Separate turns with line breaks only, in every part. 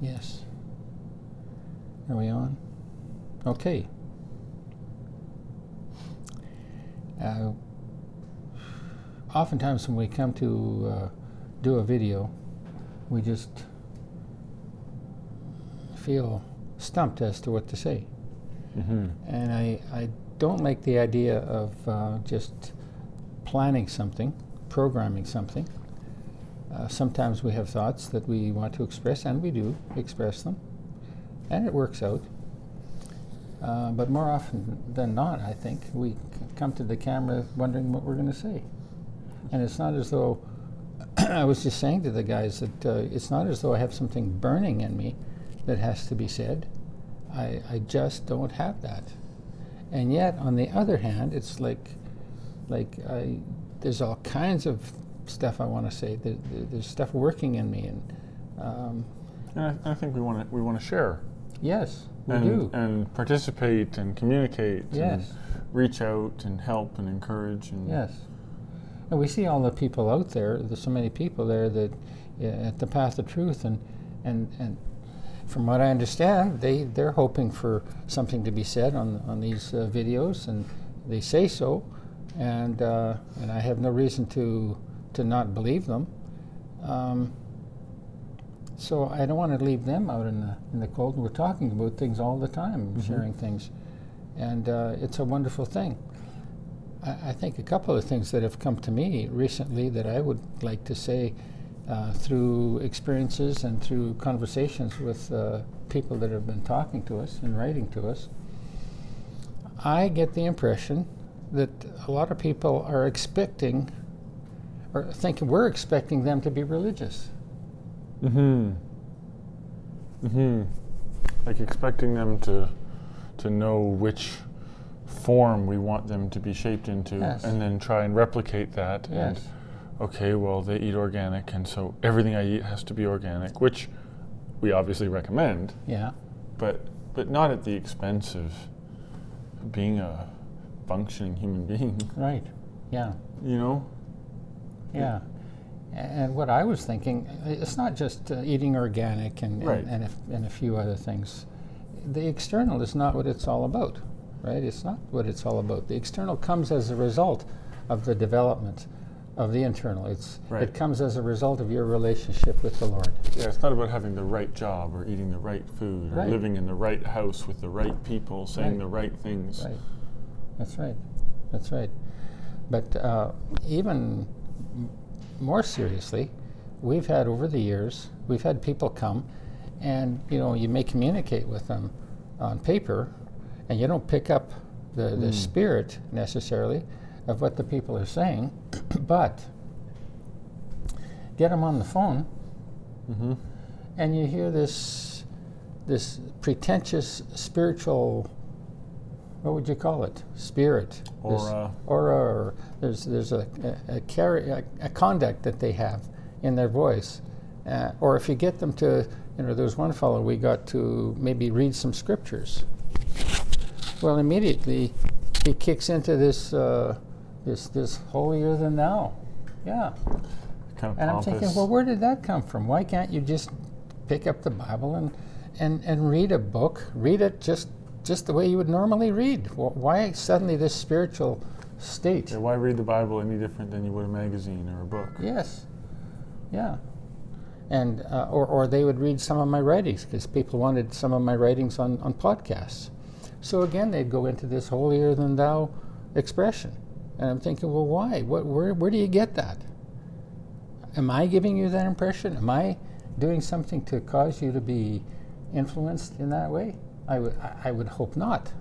Yes. Are we on? Okay. Uh, oftentimes, when we come to uh, do a video, we just feel stumped as to what to say.
Mm-hmm.
And I, I don't like the idea of uh, just planning something, programming something. Uh, sometimes we have thoughts that we want to express, and we do express them, and it works out. Uh, but more often than not, I think we c- come to the camera wondering what we're going to say. And it's not as though I was just saying to the guys that uh, it's not as though I have something burning in me that has to be said. I, I just don't have that. And yet, on the other hand, it's like, like I, there's all kinds of stuff I want to say. There, there- there's stuff working in me, and um,
And I, I think we want to we want to share
yes, we
and,
do.
and participate and communicate
Yes.
and reach out and help and encourage and
Yes. And we see all the people out there, there's so many people there that uh, at the path of truth and and and from what I understand, they they're hoping for something to be said on on these uh, videos and they say so and uh, and I have no reason to to not believe them. Um, so I don't want to leave them out in the in the cold. We're talking about things all the time, sharing things, and uh, it's a wonderful thing. I, I think a couple of things that have come to me recently that I would like to say uh, through experiences and through conversations with uh, people that have been talking to us and writing to us. I get the impression that a lot of people are expecting or thinking we're expecting them to be religious.
Mm-hmm. Mm-hmm. Like expecting them to to know which form we want them to be shaped into
Yes.
and then try and replicate that and
Yes.
okay, well they eat organic and so everything I eat has to be organic, which we obviously recommend,
Yeah.
but but not at the expense of being a functioning human being,
Right. Yeah.
you know?
Yeah. A- And what I was thinking, i- it's not just uh, eating organic and,
Right.
and, and, a, f- and a few other things. The external is not what it's all about, right? It's not what it's all about. The external comes as a result of the development of the internal. It's,
Right.
It comes as a result of your relationship with the Lord.
Yeah, it's not about having the right job or eating the right food or
Right.
living in the right house with the right people, saying
Right.
the right things.
Right. That's right. That's right. But uh, even m- more seriously, we've had over the years, we've had people come and, you know, you may communicate with them on paper and you don't pick up the, the spirit necessarily of what the people are saying, but get them on the phone
Mm-hmm.
and you hear this this pretentious spiritual what would you call it spirit This
Aura.
aura or there's there's a a, a, carry, a a conduct that they have in their voice uh, or if you get them to you know there was one fellow we got to maybe read some scriptures well immediately he kicks into this uh, this this holier than thou yeah
Kind of
and I'm
pompous.
thinking, well, where did that come from? Why can't you just pick up the Bible and, and, and read a book? Read it just just the way you would normally read. Wh- Why suddenly this spiritual state?
Yeah, why read the Bible any different than you would a magazine or a book?
Yes, yeah, and uh, or or they would read some of my writings because people wanted some of my writings on on podcasts. So again, they'd go into this holier than thou expression, and I'm thinking, well, why? What? Where? Where do you get that? Am I giving you that impression? Am I doing something to cause you to be influenced in that way? I would. I- I would hope not,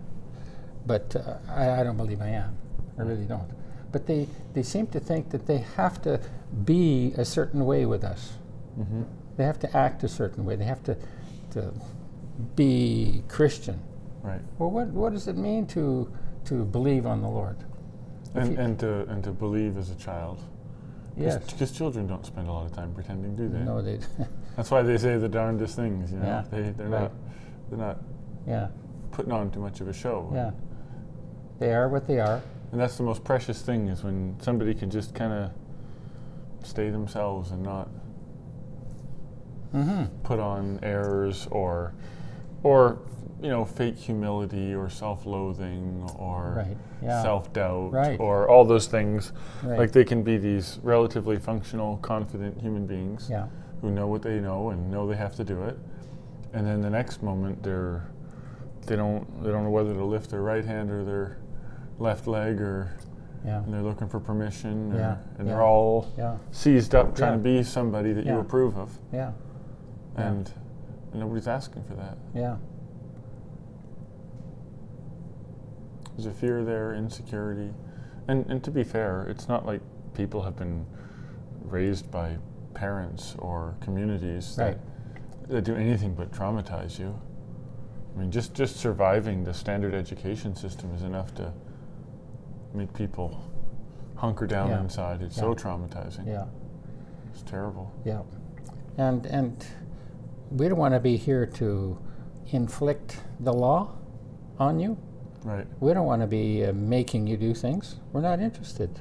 but uh, I, I don't believe I am. I really don't. But they, they seem to think that they have to be a certain way with us.
Mm-hmm.
They have to act a certain way. They have to, to be Christian.
Right.
Well, what, what does it mean to, to believe on the Lord?
And,
you-
and, to, and to believe as a child.
Yes.
Because children don't spend a lot of time pretending, do they?
No, they.
That's why they say the darndest things, you know?
Yeah.
They, they're,
Right.
not, they're not
yeah,
putting on too much of a show.
yeah. They are what they are.
And that's the most precious thing is when somebody can just kind of stay themselves and not
Mm-hmm.
put on airs or, or you know, fake humility or self-loathing or
Right, yeah.
self-doubt
Right.
or all those things.
Right.
Like they can be these relatively functional, confident human beings
Yeah.
who know what they know and know they have to do it. And then the next moment they're they don't they don't know whether to lift their right hand or their left leg or
Yeah.
and they're looking for permission or,
Yeah,
and
yeah.
they're all
Yeah.
seized up trying
Yeah.
to be somebody that
Yeah.
you approve of
Yeah.
and, and nobody's asking for that.
Yeah.
There's a fear there, insecurity. And and to be fair, it's not like people have been raised by parents or communities that
Right.
that do anything but traumatize you. I mean, just just surviving the standard education system is enough to make people hunker down
Yeah.
inside. It's so traumatizing.
Yeah.
It's terrible.
Yeah. And and we don't want to be here to inflict the law on you.
Right.
We don't want to be uh, making you do things. We're not interested.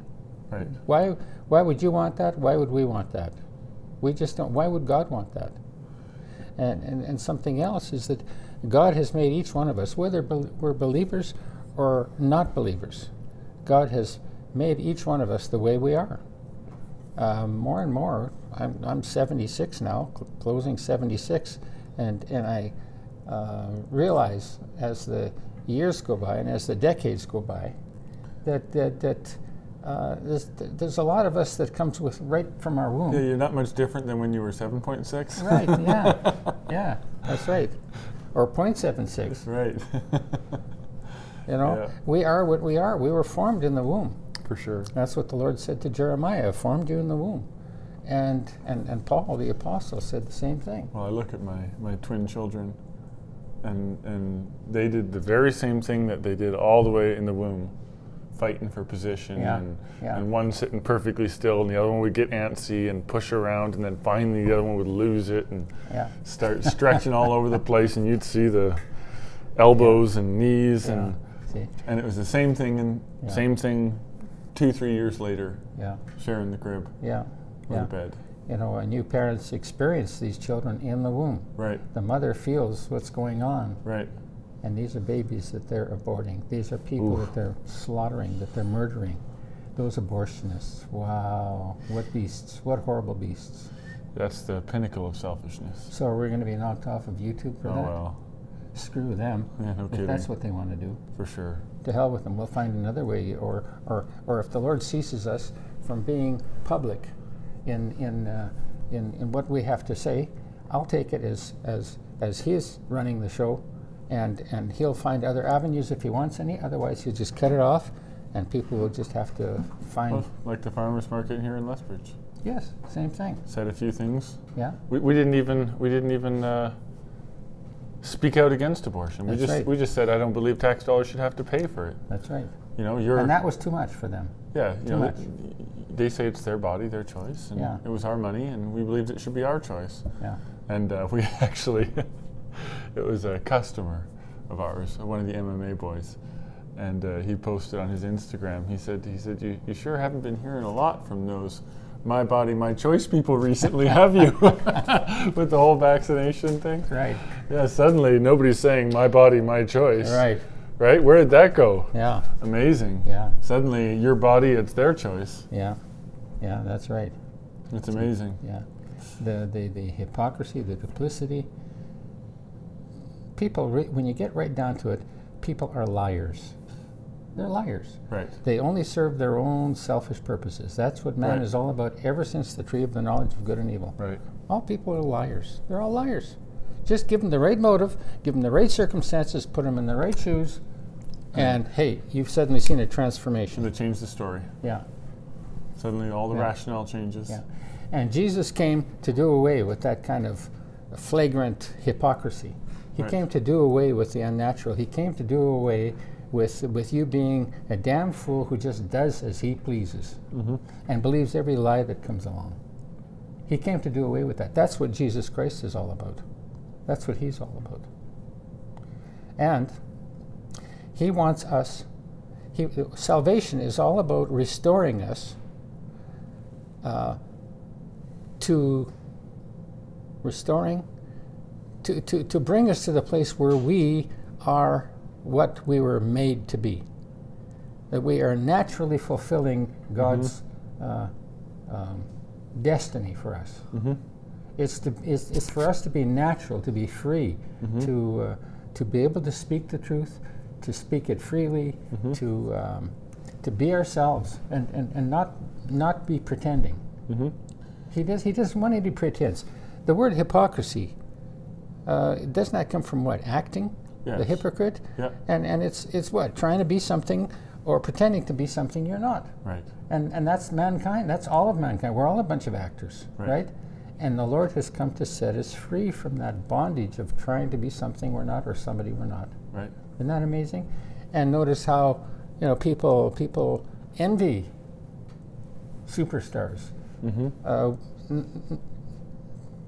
Right.
Why why would you want that? Why would we want that? We just don't why would God want that? And and, and something else is that God has made each one of us whether bel- we're believers or not believers. God has made each one of us the way we are. Um, more and more, I'm, I'm 76 now, cl- closing 76, and, and I uh, realize as the years go by and as the decades go by that, that, that uh, there's, there's a lot of us that comes with right from our womb.
Yeah, you're not much different than when you were 7.6.
Right, yeah, yeah, that's right. Or 0.76,
right.
you know?
Yeah.
We are what we are. We were formed in the womb.
For sure.
That's what the Lord said to Jeremiah, I formed you in the womb. And, and, and Paul, the apostle, said the same thing.
Well, I look at my, my twin children, and and they did the very same thing that they did all the way in the womb, fighting for position,
Yeah,
and
yeah.
and one sitting perfectly still, and the other one would get antsy and push around, and then finally the other one would lose it and
Yeah,
start stretching all over the place, and you'd see the elbows and knees, and
see,
and it was the same thing and
Yeah.
same thing, two three years later,
yeah,
sharing the crib
yeah,
or
yeah.
the bed,
You know, and you parents experience these children in the womb.
right,
The mother feels what's going on,
right,
and these are babies that they're aborting. These are people that they're slaughtering, that they're murdering. Those abortionists, wow, what beasts, what horrible beasts.
that's the pinnacle of selfishness.
So we're going to be knocked off of YouTube for
Oh
that?
well.
Screw them.
Yeah, no
If
kidding.
that's what they want to do.
For sure.
to hell with them. We'll find another way, or or or if the Lord ceases us from being public in in uh, in, in what we have to say, I'll take it as as as He's running the show, and and He'll find other avenues if He wants any. Otherwise, He'll just cut it off, and people will just have to find.
Well, like the farmers market here in Lethbridge,
Yes, same thing.
said a few things.
Yeah,
We, we didn't even we didn't even uh, speak out against abortion. we
That's
just
right.
we just said I don't believe tax dollars should have to pay for it.
that's right.
You know, you're
And that was too much for them.
yeah. You
too
know,
much.
th- they say it's their body, their choice, and
Yeah.
it was our money, and we believed it should be our choice.
Yeah.
And uh, we actually, it was a customer of ours, one of the MMA boys, and uh, he posted on his Instagram. He said, he said, you, you sure haven't been hearing a lot from those my body, my choice people recently, have you? With the whole vaccination thing.
Right.
Yeah, suddenly nobody's saying my body, my choice.
Right.
Right? Where did that go?
Yeah.
Amazing.
Yeah.
Suddenly, your body, it's their choice.
Yeah. Yeah. That's right.
It's amazing.
Yeah, the the, the hypocrisy, the duplicity. People, re- when you get right down to it, people are liars. They're liars.
Right.
They only serve their own selfish purposes. That's what man
Right.
is all about. Ever since the tree of the knowledge of good and evil,
Right.
all people are liars. They're all liars. Just give them the right motive, give them the right circumstances, put them in the right shoes, and hey, you've suddenly seen a transformation.
They changed the story.
Yeah.
Suddenly, all the
Yeah.
rationale changes.
Yeah. And Jesus came to do away with that kind of flagrant hypocrisy. He
Right.
came to do away with the unnatural. He came to do away with, with you being a damn fool who just does as he pleases and believes every lie that comes along. He came to do away with that. That's what Jesus Christ is all about. That's what he's all about. And he wants us, he, salvation is all about restoring us to restoring, to, to, to bring us to the place where we are what we were made to be, that we are naturally fulfilling God's uh, um, destiny for us. It's, to, it's, it's for us to be natural, to be free, to, uh, to be able to speak the truth, to speak it freely, to, um, to be ourselves and, and, and not, not be pretending. He, does, he doesn't want any pretense. The word hypocrisy uh, doesn't that come from what? Acting? The
Yes.
hypocrite?
Yeah.
And, and it's, it's what? Trying to be something or pretending to be something you're not.
Right.
And, and that's mankind. That's all of mankind. We're all a bunch of actors, right.
Right.
And the Lord has come to set us free from that bondage of trying to be something we're not or somebody we're not.
Right.
Isn't that amazing? And notice how you know people people envy superstars, Uh, n- n-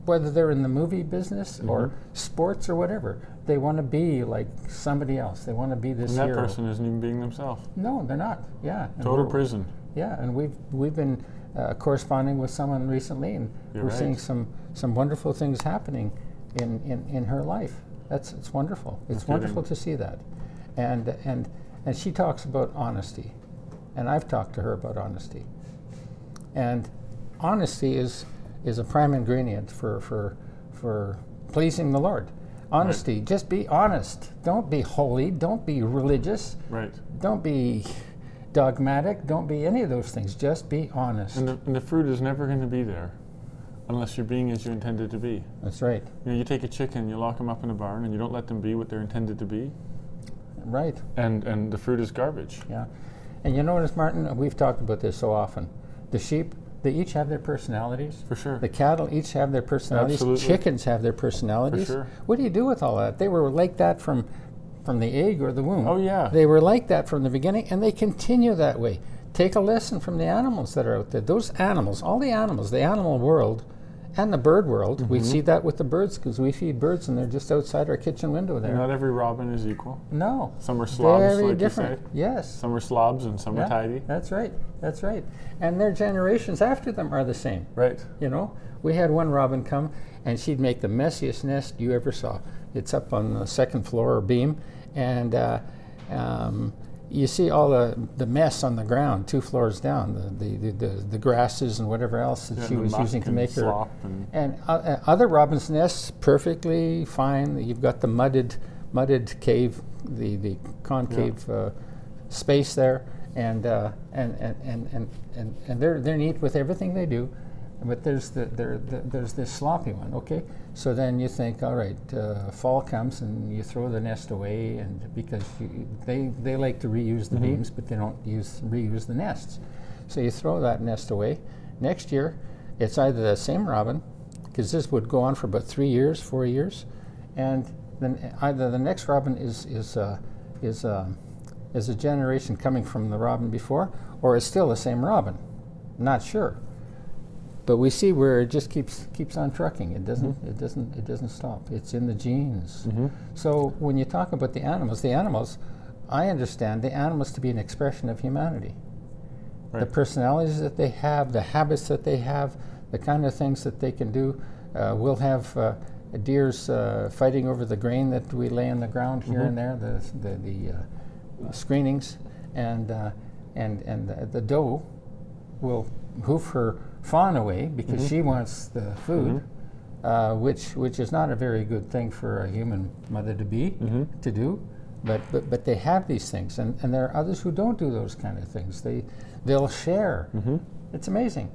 whether they're in the movie business or sports or whatever. They want to be like somebody else. They want to be this
And that
hero.
person isn't even being themselves.
No, they're not. Yeah. And
Total
we're-
prison.
yeah, and we've we've been uh, corresponding with someone recently, and
You're
we're
right.
seeing some some wonderful things happening in in, in her life. That's it's wonderful. It's
kidding.
wonderful to see that, and and and she talks about honesty, and I've talked to her about honesty, and honesty is is a prime ingredient for for for pleasing the Lord. Honesty, just be honest. Don't be holy. Don't be religious
Right.
don't be dogmatic don't be any of those things just be honest
And the, and the fruit is never going to be there unless you're being as you intended to be.
that's right
You know, you take a chicken, you lock them up in a barn, and you don't let them be what they're intended to be,
right
and, and the fruit is garbage.
yeah and you notice martin we've talked about this so often the sheep they each have their personalities
For sure.
the cattle each have their personalities
Absolutely.
chickens have their personalities
sure.
what do you do with all that they were like that from from the egg or the womb
Oh, yeah.
they were like that from the beginning and they continue that way take a lesson from the animals that are out there those animals all the animals the animal world and the bird world we
Mm-hmm.
see that with the birds because we feed birds and they're just outside our kitchen window there
Not every robin is equal.
no
Some are slobs,
very
like
different
you say.
yes
Some are slobs and some
Yeah,
are tidy.
that's right that's right and their generations after them are the same
Right.
you know, we had one robin come, and she'd make the messiest nest you ever saw. It's up on the second floor or beam, and uh, um, you see all the, the mess on the ground, two floors down, the the, the, the, the grasses and whatever else that
Yeah,
she
the
was
muck
using to
and
make her.
slop and-
And o- uh, other robins' nests, perfectly fine. You've got the mudded, mudded cave, the, the concave uh, space there, and, uh, and, and, and, and, and, and they're, they're neat with everything they do. But there's, the, there, the, there's this sloppy one, okay? So then you think, all right, uh, fall comes and you throw the nest away, and because you, they, they like to reuse the beams, but they don't use, reuse the nests. So you throw that nest away. Next year, it's either the same robin, because this would go on for about three years, four years, and then either the next robin is is uh, is um is a generation coming from the robin before, or it's still the same robin. Not sure, but we see where it just keeps keeps on trucking. It doesn't it doesn't it doesn't stop. It's in the genes. So when you talk about the animals, the animals, I understand the animals to be an expression of humanity the
Right.
personalities that they have, the habits that they have, the kind of things that they can do. Uh, we'll have uh, deers uh, fighting over the grain that we lay on the ground here and there, the, the, the uh, screenings, and, uh, and, and the, the doe will hoof her fawn away because she wants the food. Uh, which which is not a very good thing for a human mother to be
Mm-hmm.
to do, but, but but they have these things, and, and there are others who don't do those kind of things. They they'll share.
Mm-hmm.
It's amazing.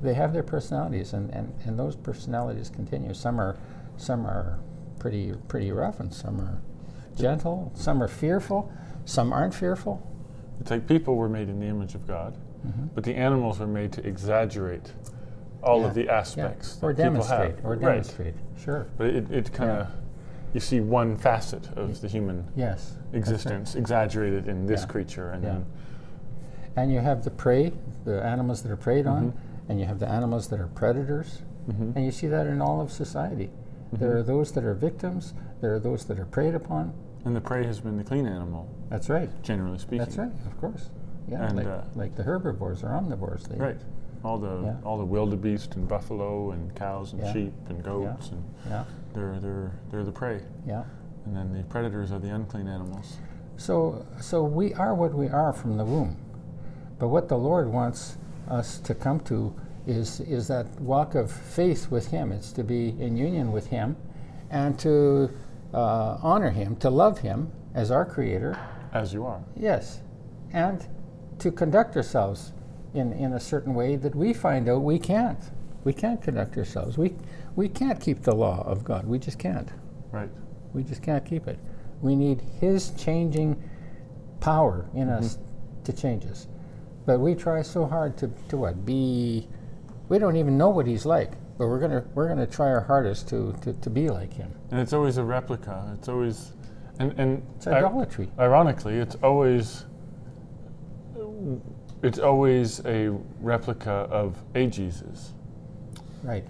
They have their personalities, and, and, and those personalities continue. Some are some are pretty pretty rough, and some are gentle. Some are fearful. Some aren't fearful.
It's like people were made in the image of God,
Mm-hmm.
but the animals were made to exaggerate all of
Yeah.
the aspects
or
that people
demonstrate.
have.
Or
Right.
demonstrate. Sure.
But it, it kind of, you see one facet of the human
Yes.
existence exaggerated in this
Yeah.
creature, and
Yeah.
then
And you have the prey, the animals that are preyed on,
Mm-hmm.
and you have the animals that are predators. And you see that in all of society. There
Mm-hmm.
are those that are victims, there are those that are preyed upon.
and the prey has been the clean animal,
That's right.
generally speaking.
That's right, of course. Yeah,
And,
like,
uh,
like the herbivores or omnivores. They,
Right. all the
Yeah.
all the wildebeest and buffalo and cows and
Yeah.
sheep and goats and
Yeah.
they're they're they're the prey,
Yeah.
and then the predators are the unclean animals.
So, so we are what we are from the womb. But what the Lord wants us to come to is, is that walk of faith with Him. It's to be in union with Him and to uh, honor Him, to love Him as our Creator,
As you are,
yes, and to conduct ourselves in, in a certain way that we find out we can't. We can't conduct ourselves. We, we can't keep the law of God. We just can't.
right?
We just can't keep it. We need His changing power in us to change us. But we try so hard to, to what? Be, we don't even know what He's like, but we're going to we're gonna try our hardest to, to, to be like Him.
And it's always a replica. It's always, and and
It's
I-
idolatry.
ironically, it's always. It's always a replica of a Jesus,
right.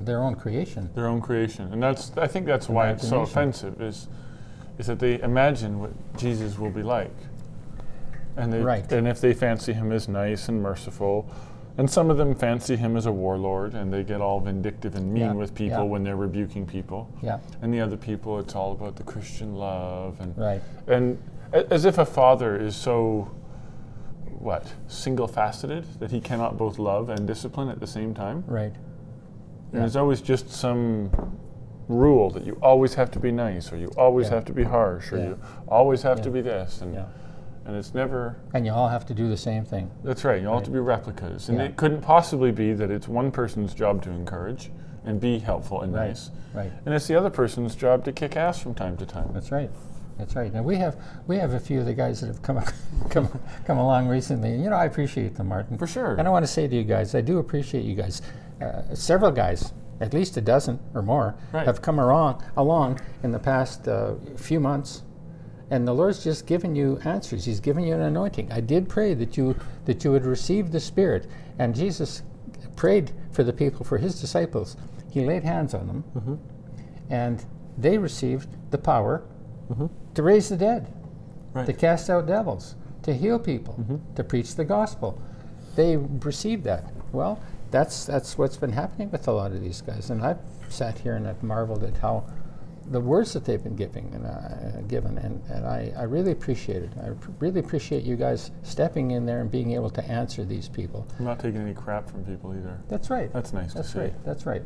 Their own creation.
their own creation, and that's I think that's why it's so
Imagination.
offensive is, is that they imagine what Jesus will be like, and they
Right.
and if they fancy him as nice and merciful, and some of them fancy him as a warlord, and they get all vindictive and mean
Yeah,
with
yeah.
people when they're rebuking people,
Yeah,
and the other people it's all about the Christian love and
right.
and a- as if a father is so what single faceted that he cannot both love and discipline at the same time
Right.
and there's always just some rule that you always have to be nice or you always
Yeah.
have to be harsh or
Yeah.
you always have to
Yeah.
be this and
Yeah.
and it's never
And you all have to do the same thing.
that's right you all have to be replicas and
Yeah.
it couldn't possibly be that it's one person's job to encourage and be helpful and
Right.
nice
Right.
and it's the other person's job to kick ass from time to time
That's right. That's right. Now we have we have a few of the guys that have come ac- come come along recently, and you know I appreciate them, Martin.
For sure.
And I want to say to you guys, I do appreciate you guys. Uh, several guys, at least a dozen or more,
Right.
have come along along in the past uh, few months, and the Lord's just given you answers. He's given you an anointing. I did pray that you that you would receive the Spirit, and Jesus prayed for the people, for His disciples. He laid hands on them
Mm-hmm.
and they received the power to raise the dead,
Mm-hmm. Right. Mm-hmm.
to cast out devils, to heal people, to preach the gospel. They received that. Well, that's that's what's been happening with a lot of these guys, and I've sat here and I've marveled at how the words that they've been giving and uh, given, and, and I, I really appreciate it. I pr- really appreciate you guys stepping in there and being able to answer these people.
i'm not taking any crap from people either
That's right.
that's nice to
That's
see
right. That's right.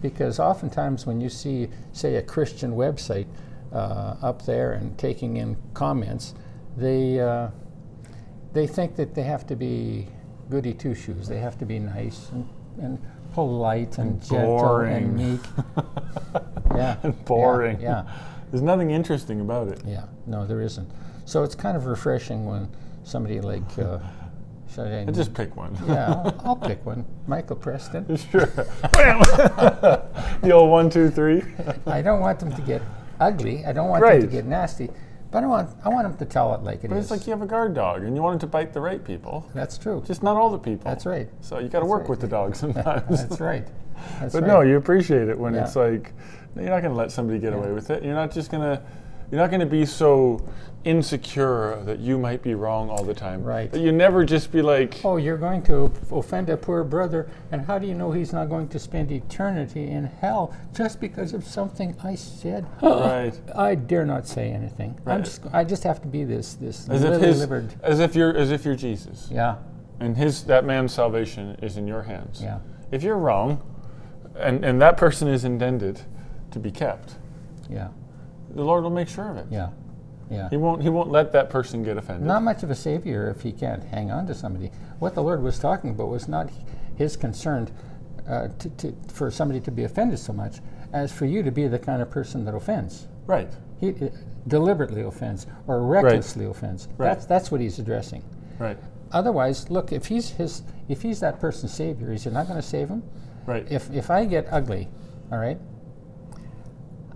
Because oftentimes when you see, say, a Christian website uh, up there and taking in comments, they uh, they think that they have to be goody two shoes. They have to be nice and, and polite and, gentle
boring.
and meek. yeah. yeah,
boring.
Yeah,
There's nothing interesting about it.
yeah. No, there isn't. So it's kind of refreshing when somebody like. Uh, should I
I just pick one.
yeah, I'll, I'll pick one. Michael Preston.
sure. the old one, two, three.
I don't want them to get ugly. I don't want them
Right.
to get nasty. But I want I want them to tell it like it is.
But it's like you have a guard dog and you want it to bite the right people,
That's true.
just not all the people.
That's right.
So you got to work
right.
with the dog sometimes.
That's right. That's
but
right.
no, you appreciate it when
Yeah.
it's like you're not going to let somebody get away with it. You're not just going to. You're not going to be so insecure that you might be wrong all the time.
Right.
That you never just be like,
oh, you're going to offend a poor brother, and how do you know he's not going to spend eternity in hell just because of something I said?
right.
I dare not say anything. I'm
Right.
just I just have to be this this
As if his,
lily-livered.
as if you're, as if you're Jesus.
Yeah,
And his that man's salvation is in your hands.
yeah,
If you're wrong, and, and that person is intended to be kept,
yeah,
the Lord will make sure of it.
yeah, yeah.
He won't he won't let that person get offended.
Not much of a savior if he can't hang on to somebody. What the Lord was talking about was not his concern uh, to, to, for somebody to be offended so much as for you to be the kind of person that offends.
Right.
He uh, deliberately offends or recklessly offends.
Right.
That's, that's what he's addressing.
Right.
Otherwise, look, if he's, his, if he's that person's savior, is he not going to save him?
Right.
If, if I get ugly, all right,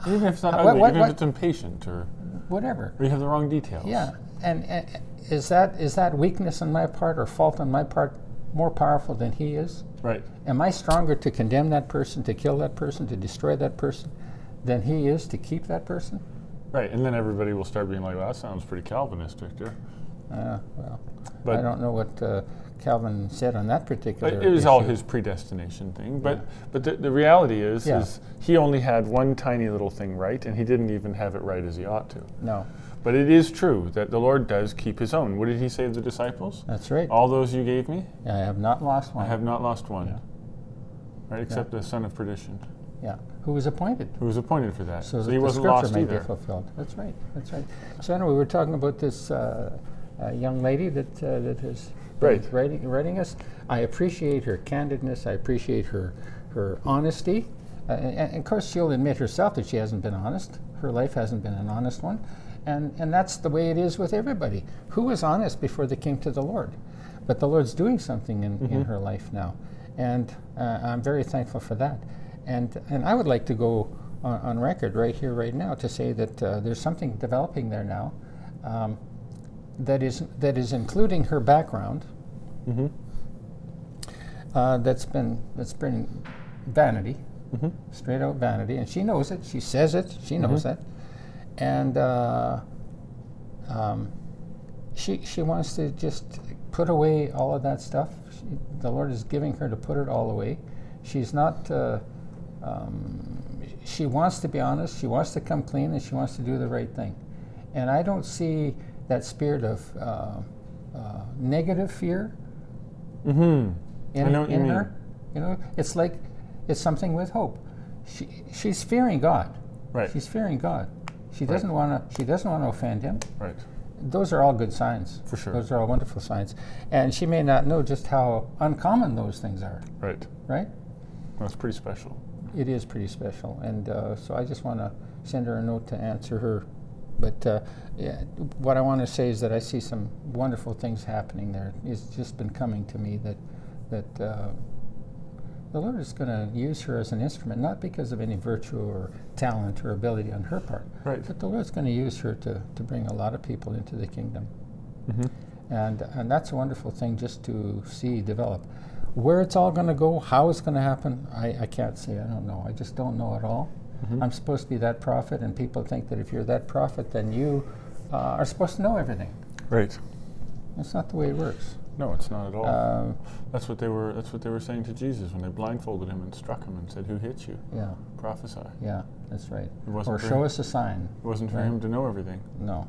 even if it's not
What-
ugly,
Uh, what-
even
what-
if it's impatient or,
whatever.
or you have the wrong details.
Yeah, and, and is, that, is that weakness on my part or fault on my part more powerful than he is?
Right.
Am I stronger to condemn that person, to kill that person, to destroy that person, than he is to keep that person?
Right. And then everybody will start being like, well, that sounds pretty Calvinistic there.
Uh, well, I
But
don't know what uh, Calvin said on that particular.
It was all
issue.
his predestination thing, but but the, the reality is
Yeah.
is he only had one tiny little thing right, and he didn't even have it right as he ought to.
No,
But it is true that the Lord does keep His own. What did He say to the disciples?
that's right.
All those you gave me,
I have not lost
Oh. I
one.
have not lost one. Right, except the son of perdition,
Yeah, who was appointed.
who was appointed for that.
So
So
that
he
the
wasn't
scripture
lost
may
either.
be fulfilled. That's right. That's right. So anyway, we were talking about this uh, uh, young lady that uh, that is
Right.
writing writing us. I appreciate her candidness. I appreciate her her honesty. Uh, and, and of course, she'll admit herself that she hasn't been honest. Her life hasn't been an honest one, and and that's the way it is with everybody. Who was honest before they came to the Lord? But the Lord's doing something in, in her life now, and uh, I'm very thankful for that. And and I would like to go on, on record right here, right now, to say that uh, there's something developing there now um, that is that is including her background. Uh, that's been that's been vanity, straight out vanity, and she knows it. She says it. She knows that, and uh, um, she she wants to just put away all of that stuff. She, the Lord is giving her to put it all away. She's not. Uh, um, she wants to be honest. She wants to come clean, and she wants to do the right thing. And I don't see that spirit of uh, uh, negative fear
Mm-hmm.
in,
I know what you
in
mean.
her. You know, it's like it's something with hope. She she's fearing God.
Right.
She's fearing God. She doesn't want to. She doesn't want to offend Him.
Right.
Those are all good signs.
For sure.
Those are all wonderful signs, and she may not know just how uncommon those things are.
Right.
Right.
That's pretty special.
It is pretty special, and uh, so I just want to send her a note to answer her. But uh, yeah, what I want to say is that I see some wonderful things happening there. It's just been coming to me that that uh, the Lord is going to use her as an instrument, not because of any virtue or talent or ability on her part,
Right.
but the Lord's going to use her to, to bring a lot of people into the kingdom.
Mhm.
And, and that's a wonderful thing just to see develop. Where it's all going to go, how it's going to happen, I, I can't say. I don't know. I just don't know at all.
Mm-hmm.
I'm supposed to be that prophet, and people think that if you're that prophet, then you uh, are supposed to know everything.
Right.
That's not the way it works.
No, it's not at all.
Um,
that's what they were. That's what they were saying to Jesus when they blindfolded him and struck him and said, "Who hit you?
yeah,
Prophesy." It
yeah, that's right.
wasn't
Or
for
show
him,
us a sign.
It wasn't for him to know everything.
No.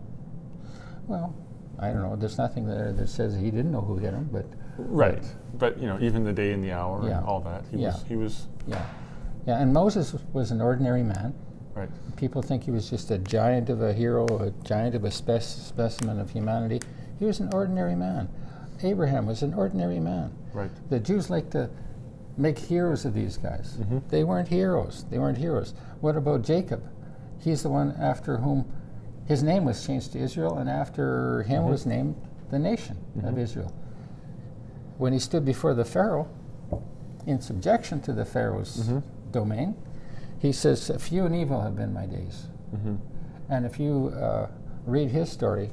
Well, I don't know. There's nothing there that says he didn't know who hit him, but
Right. But you know, even the day and the hour
Yeah.
and all that. He
Yeah.
was. He was.
yeah. Yeah, and Moses was an ordinary man.
Right.
People think he was just a giant of a hero, a giant of a spec- specimen of humanity. He was an ordinary man. Abraham was an ordinary man.
Right.
The Jews like to make heroes of these guys. They weren't heroes. They weren't heroes. What about Jacob? He's the one after whom his name was changed to Israel, and after him was named the nation of Israel. When he stood before the Pharaoh, in subjection to the Pharaoh's domain, he says, Few and evil have been my days. And if you uh, read his story,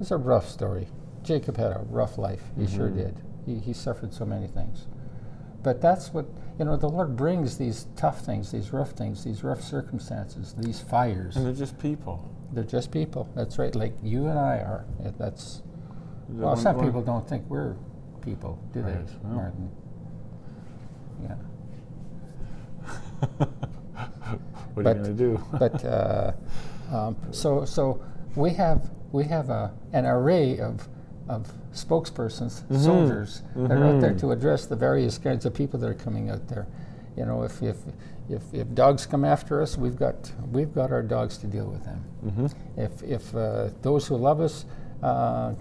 it's a rough story. Jacob had a rough life. He sure did. He, he suffered so many things. But that's what, you know, the Lord brings these tough things, these rough things, these rough circumstances, these fires.
And they're just people.
They're just people. That's right, like you and I are. Uh, That's,
The
well,
one-
some
one-
people don't think we're people, do they,
Right, well.
Martin? Yeah.
What
but-
are you gonna do?
but uh, um, so so we have we have a, an array of of spokespersons,
Mm-hmm.
soldiers that are out there to address the various kinds of people that are coming out there. You know, if if if, if dogs come after us, we've got we've got our dogs to deal with them.
Mm-hmm.
If if uh, those who love us uh, uh,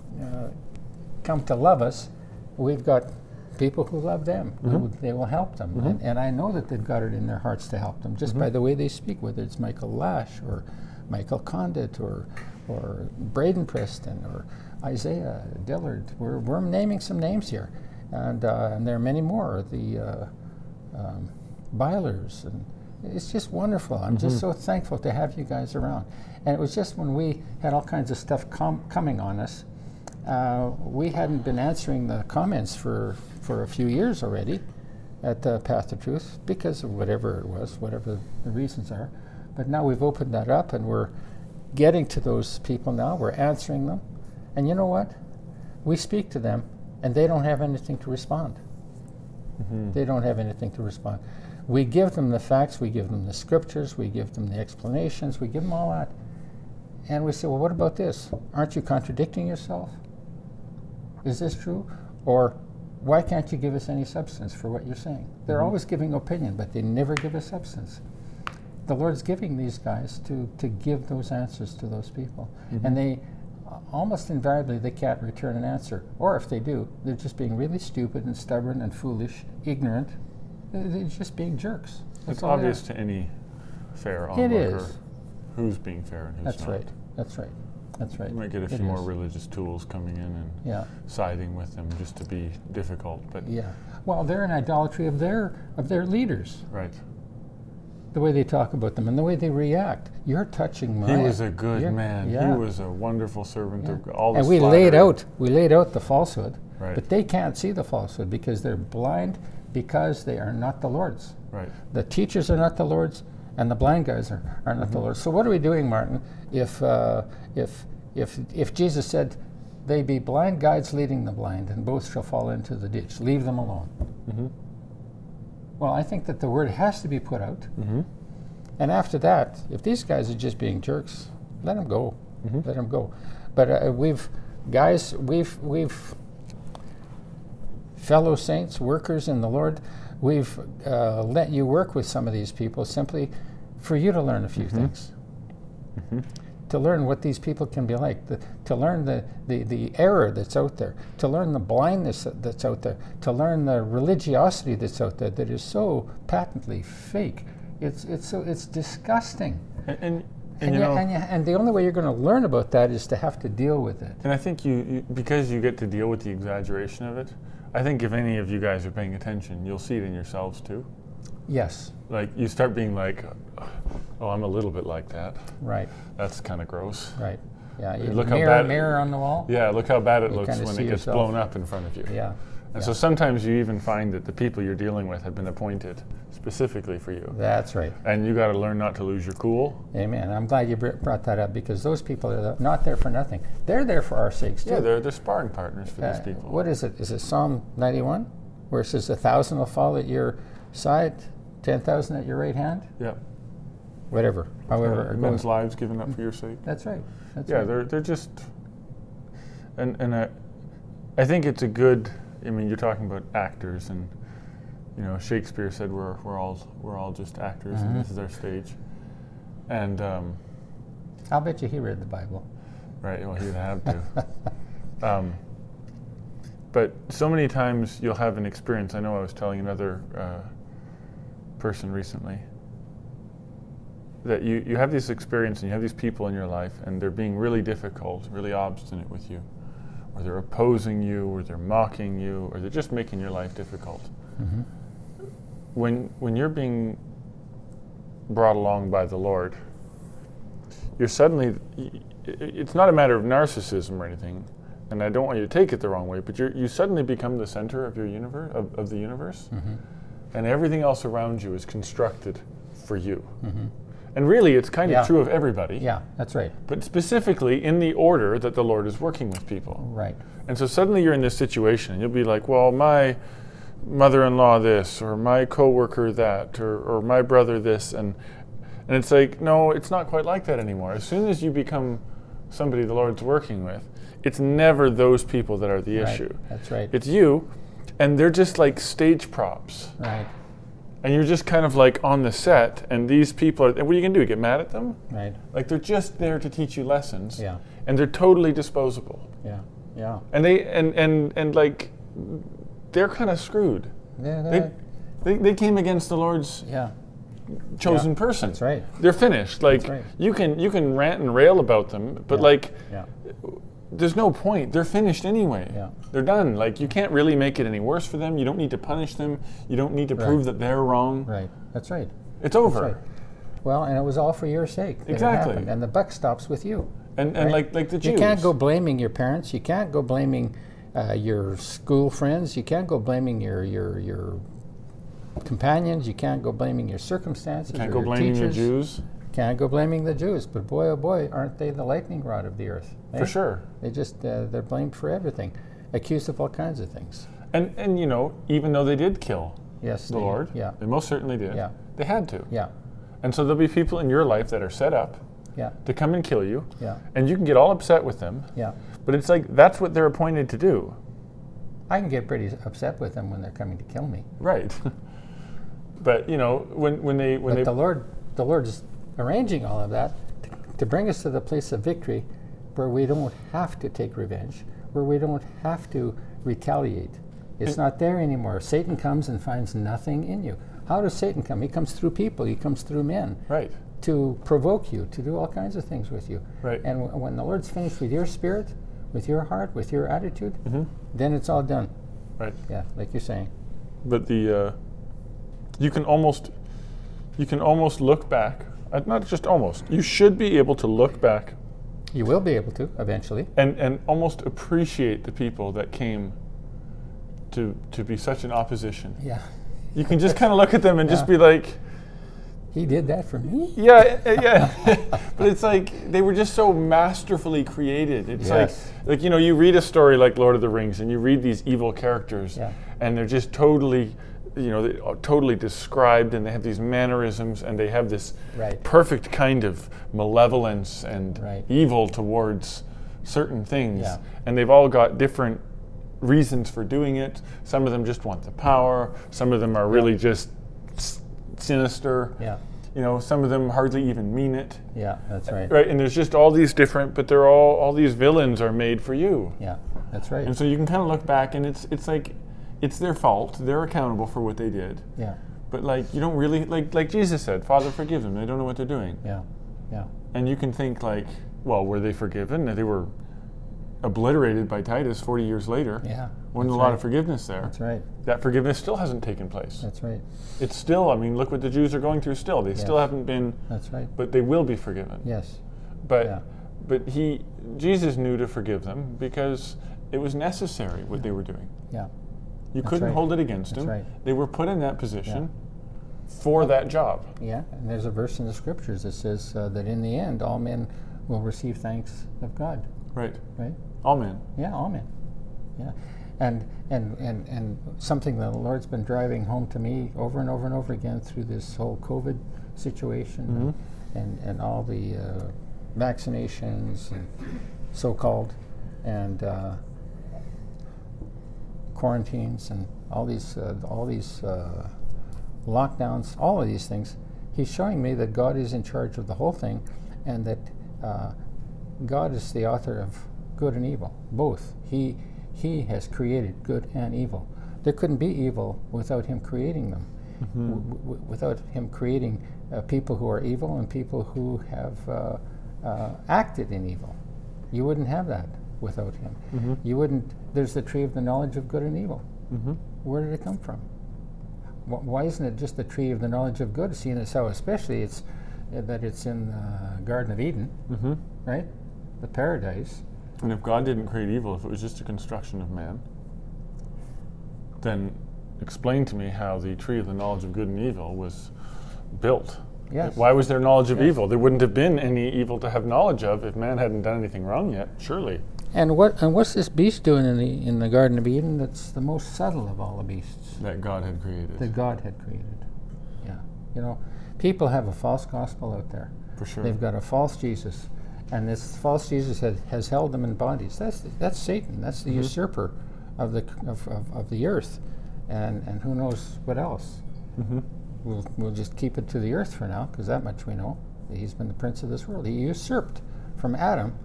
come to love us, we've got people who love them. We will- they will help them. And, and I know that they've got it in their hearts to help them just by the way they speak, whether it's Michael Lash or Michael Condit or, or Braden Preston or Isaiah Dillard. We're, we're naming some names here. And, uh, and there are many more. The uh, um, Bilers. And it's just wonderful. I'm just so thankful to have you guys around. And it was just when we had all kinds of stuff com- coming on us, uh, we hadn't been answering the comments for, for a few years already at uh, Path to Truth because of whatever it was, whatever the reasons are. But now we've opened that up and we're getting to those people now. We're answering them. And you know what? We speak to them and they don't have anything to respond. They don't have anything to respond. We give them the facts, we give them the scriptures, we give them the explanations, we give them all that. And we say, well, what about this? Aren't you contradicting yourself? Is this true? Or why can't you give us any substance for what you're saying? They're
Mm-hmm.
always giving opinion, but they never give us substance. The Lord's giving these guys to, to give those answers to those people.
Mm-hmm.
And they uh, almost invariably they can't return an answer. Or if they do, they're just being really stupid and stubborn and foolish, ignorant. They- They're just being jerks. That's
It's
all they are.
obvious to any fair onlooker
is.
who's being fair and who's
That's
not.
right. That's right. That's right.
You might get a
It
few more
is.
religious tools coming in and
Yeah.
siding with them just to be difficult, but
Yeah. Well, they're an idolatry of their of their leaders.
right.
The way they talk about them and the way they react. You're touching my.
He was a good
you're-
man.
yeah.
He was a wonderful servant
Yeah.
of God. All
and
this
we laid
flattery.
out we laid out the falsehood,
Right.
but they can't see the falsehood because they're blind because they are not the Lord's.
Right.
The teachers are not the Lord's, and the blind guys are, are not the Lord's. So what are we doing, Martin? If uh, if if if Jesus said, "They be blind guides leading the blind, and both shall fall into the ditch. Leave them alone." Well, I think that the word has to be put out, and after that, if these guys are just being jerks, let them go. Let them go. But uh, we've guys, we've we've fellow saints, workers in the Lord, we've uh, let you work with some of these people simply for you to learn a few
Mm-hmm.
things. To learn what these people can be like, the, to learn the, the, the error that's out there, to learn the blindness that- that's out there, to learn the religiosity that's out there that is so patently fake. It's, it's, so, it's disgusting.
And, and, and,
And,
you
you-
know,
and, you- and the only way you're going to learn about that is to have to deal with it.
And I think you, you, because you get to deal with the exaggeration of it, I think if any of you guys are paying attention, you'll see it in yourselves too.
Yes,
Like, you start being like, oh, I'm a little bit like that.
right,
That's kind of gross.
right. Yeah, you
Look how
mirror,
bad-
mirror on the wall.
Yeah, look how bad it
You
looks
kinda
when
see
it gets
yourself.
blown up in front of you.
Yeah,
And so sometimes you even find that the people you're dealing with have been appointed specifically for you.
that's right.
And you got to learn not to lose your cool.
Amen. I'm glad you br- brought that up because those people are not there for nothing. They're there for our sakes too.
Yeah, they're, they're sparring partners for
Uh,
these people.
What is it? Is it Psalm 91, where it says, "A thousand will fall at your side, ten thousand at your right hand"?
Yeah.
Whatever. However it
Men's
goes.
lives given up for your sake.
That's right. That's
Uh, Yeah,
right.
they're they're just, and and I, I think it's a good. I mean, you're talking about actors, and you know Shakespeare said we're we're all we're all just actors,
Mm-hmm.
and this is our stage. And um,
I'll bet you he read the Bible.
right, well, he'd have to. um, but so many times you'll have an experience. I know I was telling another uh, person recently that you, you have this experience and you have these people in your life and they're being really difficult, really obstinate with you, or they're opposing you, or they're mocking you, or they're just making your life difficult.
Mm-hmm.
When, when you're being brought along by the Lord, you're suddenly, y- y- it's not a matter of narcissism or anything, and I don't want you to take it the wrong way, but you're, you suddenly become the center of your universe, of, of the universe,
Mm-hmm.
and everything else around you is constructed for you. And really, it's kind
Mm-hmm. Yeah.
of true of everybody,
Yeah, that's right.
but specifically in the order that the Lord is working with people.
Right.
And so suddenly you're in this situation, and you'll be like, well, my mother-in-law this, or my coworker that, or, or my brother this, and and it's like, no, it's not quite like that anymore. As soon as you become somebody the Lord's working with, it's never those people that are the
Right.
issue.
That's right.
It's you, and they're just like stage props,
right.
and you're just kind of like on the set, and these people are. And what are you gonna do? Get mad at them?
Right.
Like they're just there to teach you lessons,
Yeah.
and they're totally disposable
Yeah. Yeah.
and they and and and like they're kind of screwed
Yeah.
they,
that-
they they came against the lord's
yeah.
chosen person
That's right.
they're finished like
right.
you can you can rant and rail about them but
Yeah.
like
Yeah.
there's no point they're finished anyway
Yeah.
they're done like you can't really make it any worse for them you don't need to punish them you don't need to prove that they're wrong
Right. That's right.
it's over
right. Well, and it was all for your sake. that it
Exactly.
happened, And the buck stops with you.
and and like like the Jews
You can't go blaming your parents. You can't go blaming uh, your school friends. You can't go blaming your your your companions. You can't go blaming your circumstances.
can't
or
go
your
blaming
teachers.
the Jews
Can't go blaming the Jews. But boy, oh boy, aren't they the lightning rod of the earth? eh?
for sure
They just uh, they're blamed for everything, accused of all kinds of things.
And and you know, even though they did kill
Yes.
the
they-
Lord,
Yeah.
they most certainly did.
Yeah.
They had to.
Yeah.
And so there'll be people in your life that are set up
Yeah.
to come and kill you,
Yeah.
and you can get all upset with them.
Yeah.
But it's like that's what they're appointed to do.
I can get pretty upset with them when they're coming to kill me.
Right. but you know, when when they when
But
they
the Lord, the Lord is arranging all of that to, to bring us to the place of victory, where we don't have to take revenge, where we don't have to retaliate. It's not there anymore. Satan comes and finds nothing in you. How does Satan come? He comes through people. He comes through men
Right.
to provoke you, to do all kinds of things with you.
Right.
And w- when the Lord's finished with your spirit, with your heart, with your attitude, then it's all done.
Right.
Yeah, like you're saying.
But the uh, you can almost you can almost look back. uh, Not just almost. You should be able to look back
You will be able to eventually.
and, and almost appreciate the people that came to to be such an opposition.
Yeah.
You can just kind of look at them and just be like,
He did that for me.
yeah, eh, yeah. but it's like they were just so masterfully created. It's
Yes.
like like you know, you read a story like Lord of the Rings and you read these evil characters
Yeah.
and they're just totally you know, they are totally described, and they have these mannerisms, and they have this
Right.
perfect kind of malevolence and
Right.
evil towards certain things.
Yeah.
And they've all got different reasons for doing it. Some of them just want the power. Some of them are really just s- sinister.
Yeah.
You know, some of them hardly even mean it.
Yeah, that's right.
Right? And there's just all these different, but they're all all these villains are made for you.
Yeah, that's right.
And so you can kind of look back and it's it's like it's their fault. They're accountable for what they did.
yeah,
But like you don't really like like Jesus said, Father forgive them. They don't know what they're doing.
yeah, yeah,
And you can think like, well, were they forgiven? They were obliterated by Titus 40 years later.
yeah.
Wasn't a
that's
lot
right.
of forgiveness there.
That's right.
That forgiveness still hasn't taken place.
That's right.
It's still, I mean, look what the Jews are going through still. They still
Yes.
haven't been,
That's right.
but they will be forgiven.
Yes.
But
Yeah.
but he Jesus knew to forgive them because it was necessary what they were doing.
Yeah.
You couldn't
right.
hold it against
That's
them.
right.
They were put in that position for that job.
Yeah. And there's a verse in the scriptures that says uh, that in the end, all men will receive thanks of God.
Right.
Right.
All men.
Yeah, all men. Yeah. And, and, and, and something that the Lord's been driving home to me over and over and over again through this whole COVID situation and, and all the uh, vaccinations and so called and uh, quarantines and all these, uh, all these uh, lockdowns, all of these things. He's showing me that God is in charge of the whole thing and that uh, God is the author of good and evil, both. He, he has created good and evil. There couldn't be evil without Him creating them, w- w- without Him creating uh, people who are evil and people who have uh, uh, acted in evil. You wouldn't have that without Him. You wouldn't, there's the tree of the knowledge of good and evil. Where did it come from? Wh- Why isn't it just the tree of the knowledge of good, seeing as how especially it's uh, that it's in the Garden of Eden,
Mhm.
right? The paradise.
And if God didn't create evil, if it was just a construction of man, then explain to me how the tree of the knowledge of good and evil was built.
Yes.
Why was there knowledge of evil? There wouldn't have been any evil to have knowledge of if man hadn't done anything wrong yet, surely.
And what and what's this beast doing in the in the Garden of Eden? That's the most subtle of all the beasts
That God had created.
that God had created. Yeah, you know, people have a false gospel out there.
for sure.
They've got a false Jesus, and this false Jesus has, has held them in bondage. That's that's Satan. That's
Mm-hmm.
the usurper of the c- of, of, of the earth, and and who knows what else.
Mm-hmm.
We'll we'll just keep it to the earth for now, because that much we know. He's been the prince of this world. He usurped from Adam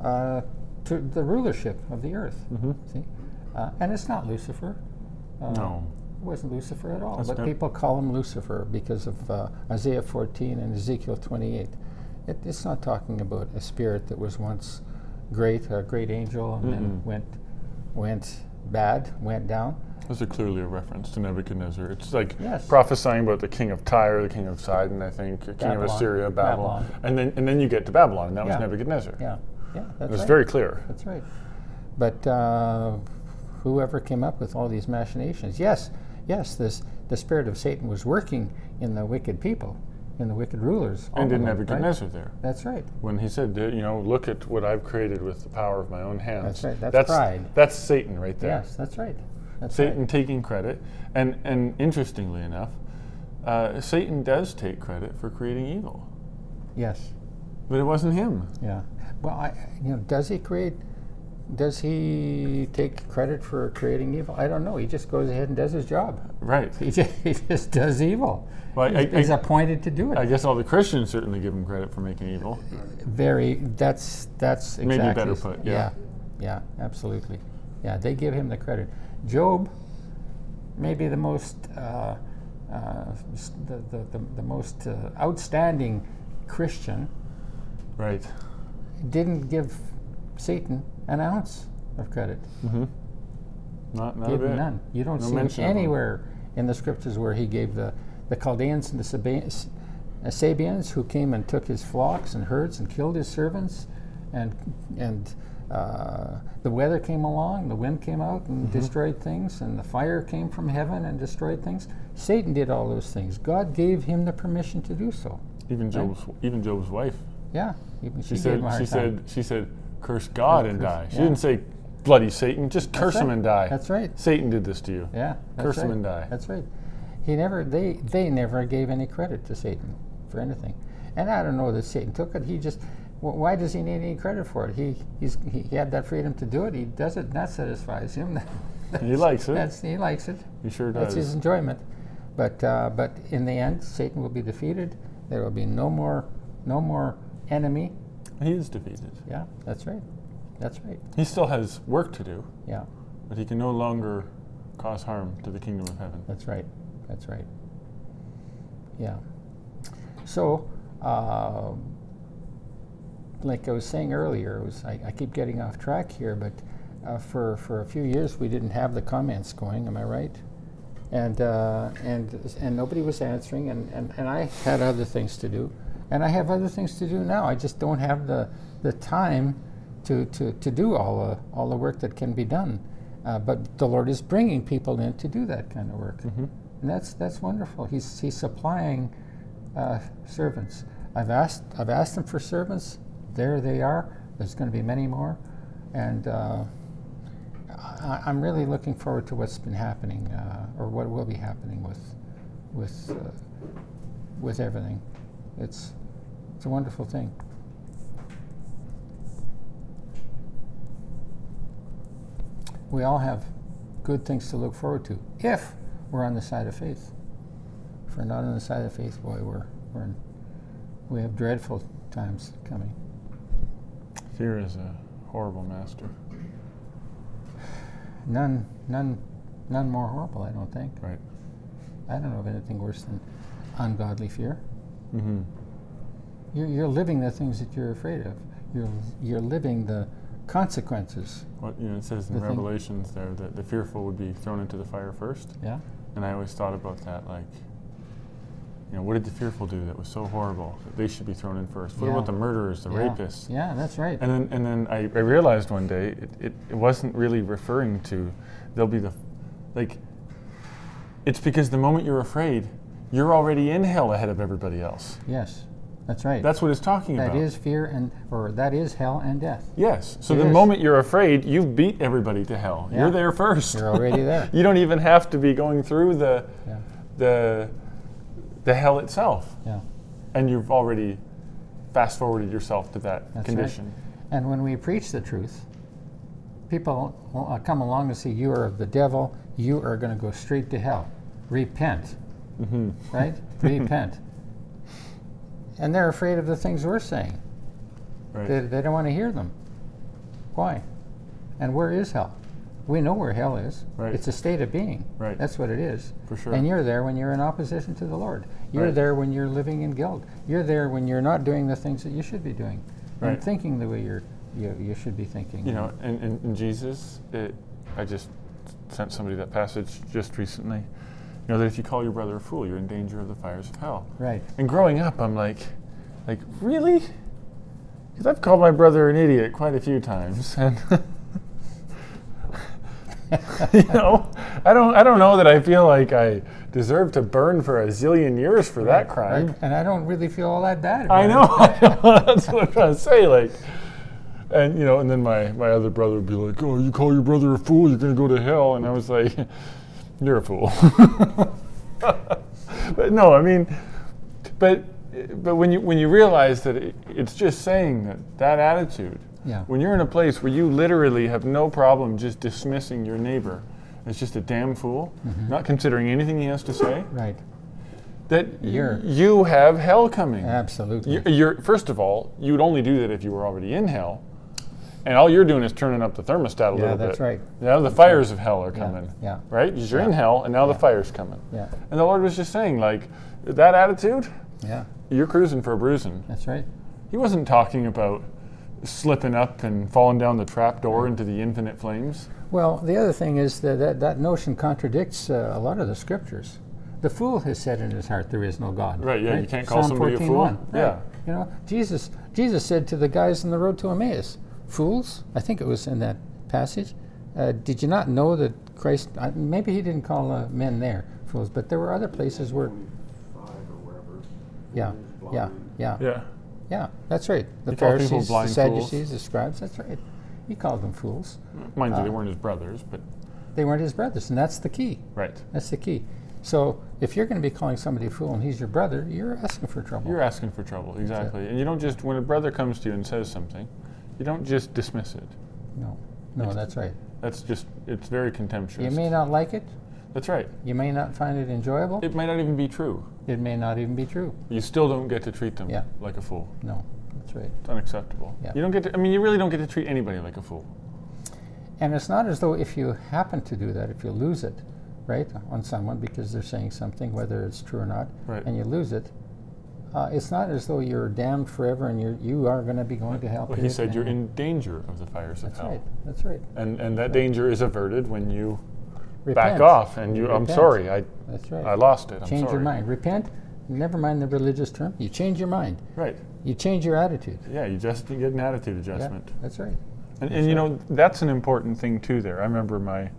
uh, to the rulership of the earth.
Mm-hmm.
See, uh, and it's not Lucifer.
no.
It wasn't Lucifer at all,
That's
but
good.
people call him Lucifer because of uh, Isaiah 14 and Ezekiel 28. It, it's not talking about a spirit that was once great, a great angel, and then went went bad, went down.
This is clearly a reference to Nebuchadnezzar. It's like
Yes.
prophesying about the king of Tyre, the king of Sidon, I think, the king
Babylon.
of Assyria, Babylon.
Babylon.
And then and then you get to Babylon, and that
Yeah.
was Nebuchadnezzar.
Yeah, yeah, that's
It was
right.
very clear.
that's right. But uh, whoever came up with all these machinations, yes, yes, this the spirit of Satan was working in the wicked people, in and the wicked rulers. all
And
of
didn't
them, right?
Nebuchadnezzar there.
That's right.
When he said, uh, you know, look at what I've created with the power of my own hands.
That's right, that's pride.
That's Satan right there.
Yes, that's right. That's
Satan
right.
taking credit. And, and interestingly enough, uh, Satan does take credit for creating evil,
Yes.
but it wasn't him.
Yeah. Well, I, you know, does he create? Does he take credit for creating evil? I don't know. He just goes ahead and does his job.
Right.
He just, he just does evil.
Well, I, I-
He's
I-
appointed to do it.
I guess all the Christians certainly give him credit for making evil.
Very. That's that's
Maybe
exactly.
better put, yeah.
yeah. Yeah. Absolutely. Yeah. They give him the credit. Job, maybe the most uh, uh, s- the, the, the, the most uh, outstanding Christian,
Right.
didn't give Satan an ounce of credit.
Not, not a
Gave
bit.
none. You don't
Oh, No
see
mention of him.
anywhere in the scriptures where he gave the, the Chaldeans and the Sabaeans, uh, Sabaeans who came and took his flocks and herds and killed his servants, and and uh, the weather came along, the wind came out and
Mm-hmm.
destroyed things, and the fire came from heaven and destroyed things. Satan did all those things. God gave him the permission to do so.
Even Job's even Job's wife.
Yeah, even she,
She,
gave him
said
a hard
she
time.
said she said curse God and
curse-
die. She
yeah.
didn't say bloody Satan, just curse him
right.
and die.
That's right.
Satan did this to you.
Yeah, that's
Curse him
right.
and die.
That's right. He never they they never gave any credit to Satan for anything, and I don't know that Satan took it. He just wh- why does he need any credit for it? He he's he he had that freedom to do it. He does it. and That satisfies him.
He likes it.
That's he likes it.
he sure
That's
does.
his enjoyment. But uh, but in the end, Satan will be defeated. There will be no more no more enemy.
he is defeated.
Yeah, that's right. That's right.
He still has work to do,
Yeah,
but he can no longer cause harm to the kingdom of heaven.
that's right. That's right. Yeah. So, uh, like I was saying earlier, it was, I, I keep getting off track here, but uh, for, for a few years we didn't have the comments going, am I right? And, uh, and, and nobody was answering, and, and, and I had other things to do. And I have other things to do now. I just don't have the, the time to, to, to do all the, all the work that can be done. Uh, but the Lord is bringing people in to do that kind of work. And that's, that's wonderful. He's, he's supplying uh, servants. I've asked, I've asked them for servants. There they are. There's going to be many more, and uh, I, I'm really looking forward to what's been happening, uh, or what will be happening with, with, uh, with everything. It's, it's a wonderful thing. We all have good things to look forward to if we're on the side of faith. If we're not on the side of faith, boy, we're, we're in, we have dreadful times coming.
Fear is a horrible master.
None, none, none more horrible. I don't think.
Right.
I don't know of anything worse than ungodly fear.
Mm-hmm.
You're, you're living the things that you're afraid of. You're you're living the consequences.
What you know, it says in
The thing-
Revelations there that the fearful would be thrown into the fire first.
Yeah.
And I always thought about that, like, you know, what did the fearful do that was so horrible that they should be thrown in first? What
Yeah.
about the murderers, the
yeah.
rapists?
Yeah, that's right.
And then, and then I, I realized one day it, it, it wasn't really referring to they'll be the, like, it's because the moment you're afraid, you're already in hell ahead of everybody else.
yes, that's right.
That's what it's talking
that
about.
is fear and or that is hell and death.
Yes. So
It
the
is.
moment you're afraid, you've beat everybody to hell.
Yeah.
You're there first.
You're already there.
you don't even have to be going through the,
Yeah.
the, the hell itself.
Yeah.
and you've already fast forwarded yourself to that
That's right.
condition.
And when we preach the truth, people uh, come along and say, You are of the devil. You are going to go straight to hell. Repent.
Mm-hmm.
Right? Repent. And they're afraid of the things we're saying,
Right.
they, they don't want to hear them. Why? And where is hell? We know where hell is.
Right.
It's a state of being.
Right.
That's what it is.
For sure.
And you're there when you're in opposition to the Lord. You're
Right.
there when you're living in guilt. You're there when you're not doing the things that you should be doing.
Right.
And thinking the way you're, you, you should be thinking.
you know, and, and, and Jesus, it, I just sent somebody that passage just recently. You know that if you call your brother a fool, you're in danger of the fires of hell.
Right.
And growing up, I'm like, like really? Because I've called my brother an idiot quite a few times, and you know, I don't, I don't know that I feel like I deserved to burn for a zillion years for that crime.
Right? And I don't really feel all that bad. About
I
it.
know. I know. That's what I'm trying to say. Like, and you know, and then my my other brother would be like, "Oh, you call your brother a fool? You're gonna go to hell." And I was like, "You're a fool." but no, I mean, but but when you when you realize that it, it's just saying that that attitude.
Yeah.
When you're in a place where you literally have no problem just dismissing your neighbor as just a damn fool,
Mm-hmm.
not considering anything he has to say,
Right.
that
You're-
you have hell coming.
Absolutely.
You- You're, first of all, you'd only do that if you were already in hell, and all you're doing is turning up the thermostat a
Yeah,
little bit.
that's right.
Now the fires of hell are coming.
yeah.
Right? Because you're in hell, and now the fire's coming.
Yeah.
And the Lord was just saying, like, that attitude,
Yeah.
you're cruising for a bruising.
That's right.
He wasn't talking about slipping up and falling down the trap door into the infinite flames.
Well, the other thing is that that, that notion contradicts uh, a lot of the scriptures. The fool has said in his heart, "There is no God."
Right, yeah, you can't call
Psalm
somebody a
14:1,
fool.
right.
Yeah.
You know, Jesus Jesus said to the guys on the road to Emmaus, "Fools," I think it was in that passage. Uh, did you not know that Christ? I, maybe he didn't call uh, men there fools, but there were other places where. Yeah, yeah, yeah, yeah.
Yeah.
that's right. The
He called people
Pharisees, the
blind fools.
Sadducees, the scribes. That's right. He called them fools.
Mind
Uh.
you, they weren't his brothers, but
They weren't his brothers, and that's the key.
right.
That's the key. So if you're going to be calling somebody a fool and he's your brother, you're asking for trouble.
You're asking for trouble, exactly. And you don't just, when a brother comes to you and says something, you don't just dismiss it.
no, no, that's right.
That's just, it's very contemptuous.
You may not like it.
That's right.
You may not find it enjoyable. It,
It might not even be true.
may not even be true.
You still don't get to treat them
Yeah.
like a fool.
No, that's right.
It's unacceptable.
Yeah.
You don't get to, I mean, you really don't get to treat anybody like a fool.
And it's not as though if you happen to do that, if you lose it, right, on someone because they're saying something, whether it's true or not,
Right.
and you lose it, uh, it's not as though you're damned forever and you're, you are going to be going to hell.
Well, he
period,
said
and
you're
hell.
in danger of the fires of
That's
hell.
right. That's right.
And, and that danger is averted when you back
Repent.
off and you, I'm
Repent.
sorry, I,
That's right.
I lost it. I'm
change
sorry.
your mind. Repent. Never mind the religious term. You change your mind.
Right.
You change your attitude.
Yeah, you just you get an attitude
Yeah,
adjustment.
that's right.
And, and you know, that's an important thing too there. I remember my,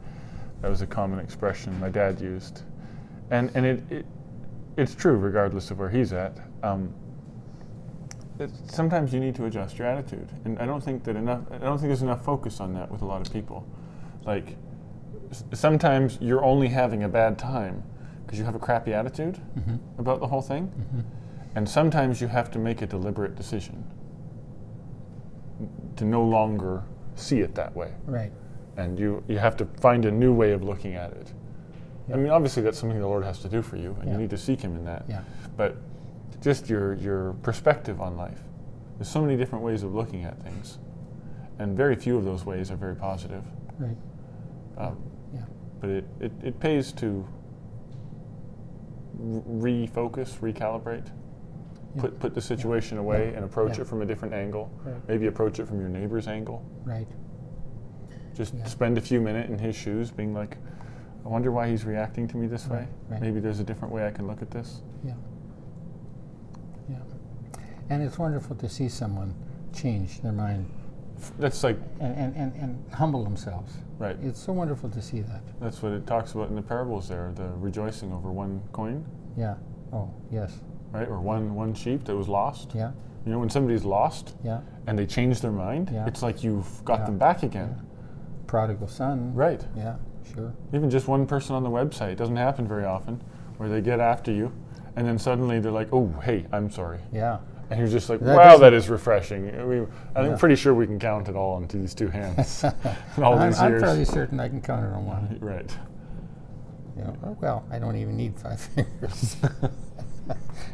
that was a common expression my dad used. And, and it, it, it's true regardless of where he's at. Um, that sometimes you need to adjust your attitude. And I don't think that enough, I don't think there's enough focus on that with a lot of people. Like, s- sometimes you're only having a bad time because you have a crappy attitude
Mm-hmm.
about the whole thing. And sometimes you have to make a deliberate decision to no longer see it that way
Right.
and you you have to find a new way of looking at it i mean obviously that's something the lord has to do for you and
Yeah.
you need to seek him in that
Yeah.
but just your your perspective on life there's so many different ways of looking at things and very few of those ways are very positive
Right.
um,
Yeah.
but it, it, it pays to r- refocus recalibrate
Yeah.
put put the situation away and approach
Yeah.
it from a different angle
Right.
maybe approach it from your neighbor's angle
Right.
just
Yeah.
spend a few minutes in his shoes being like i wonder why he's reacting to me this way
Right, right.
maybe there's a different way i can look at this
Yeah. Yeah. And it's wonderful to see someone change their mind
that's like
and, and, and, and humble themselves.
right
It's so wonderful to see that.
that's what it talks about in the parables there the rejoicing over one coin
Yeah. Oh, yes.
right or one one sheep that was lost
Yeah.
you know when somebody's lost
Yeah.
and they change their mind
Yeah.
it's like you've got
Yeah.
them back again
Prodigal son.
right
Yeah. Sure.
even just one person on the website it doesn't happen very often where they get after you and then suddenly they're like oh hey i'm sorry
Yeah.
And he was just like,
That
wow,
doesn't-
that is refreshing. I mean, I'm
Yeah.
pretty sure we can count it all onto these two hands in all
I'm,
these
I'm
years.
fairly certain I can count it on one.
Right.
You know, oh, well, I don't even need five fingers.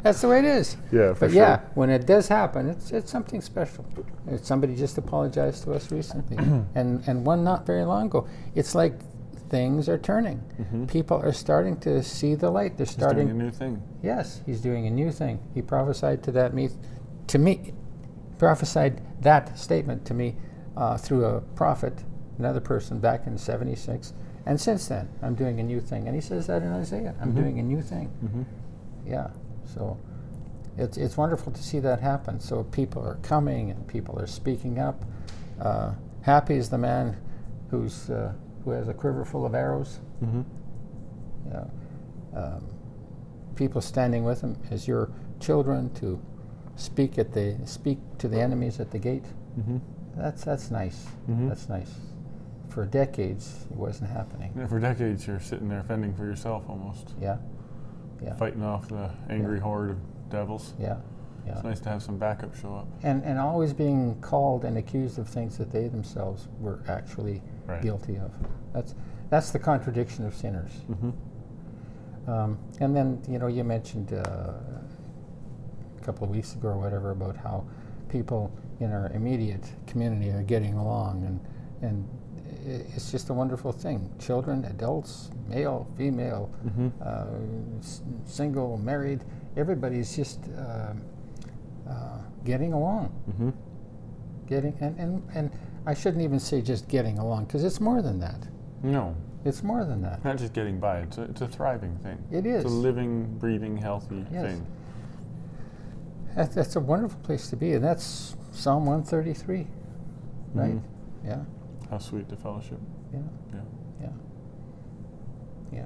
That's the way it is.
Yeah, for
but
sure.
yeah, when it does happen, it's it's something special. Uh, Somebody just apologized to us recently, and and one not very long ago. It's like things are turning.
Mm-hmm.
People are starting to see the light. They're
He's
starting.
doing a new thing.
yes, he's doing a new thing. He prophesied to that me, to me, prophesied that statement to me uh, through a prophet, another person back in '76. And since then, I'm doing a new thing. And he says that in Isaiah. I'm doing a new thing.
Mm-hmm.
Yeah. So it's, it's wonderful to see that happen. So people are coming and people are speaking up. Uh, happy is the man
Mm-hmm.
who's, uh, who has a quiver full of arrows. Yeah. Uh, um, people standing with him as your children to speak at the speak to the enemies at the gate.
Mm-hmm.
That's that's nice.
Mhm.
That's nice. For decades, it wasn't happening.
Yeah, for decades, you're sitting there fending for yourself almost,
Yeah, yeah,
fighting off the angry
Yeah.
horde of devils.
yeah, yeah.
It's nice to have some backup show up.
And and always being called and accused of things that they themselves were actually
Right.
guilty of. That's that's the contradiction of sinners.
Mm-hmm.
Um, and then you know you mentioned uh, a couple of weeks ago or whatever about how people in our immediate community are getting along, and and i- it's just a wonderful thing. Children, adults, male, female,
Mm-hmm.
uh, s- single, married, everybody's just um uh, getting along
Mm-hmm.
getting and, and and I shouldn't even say just getting along because it's more than that.
No,
It's more than that.
not just getting by. It's a, it's a thriving thing.
It
It's a
is.
living, breathing, healthy
Yes.
thing.
That, that's a wonderful place to be, and that's Psalm 133, right?
Mhm.
Yeah,
How sweet the fellowship.
yeah,
Yeah.
yeah, yeah.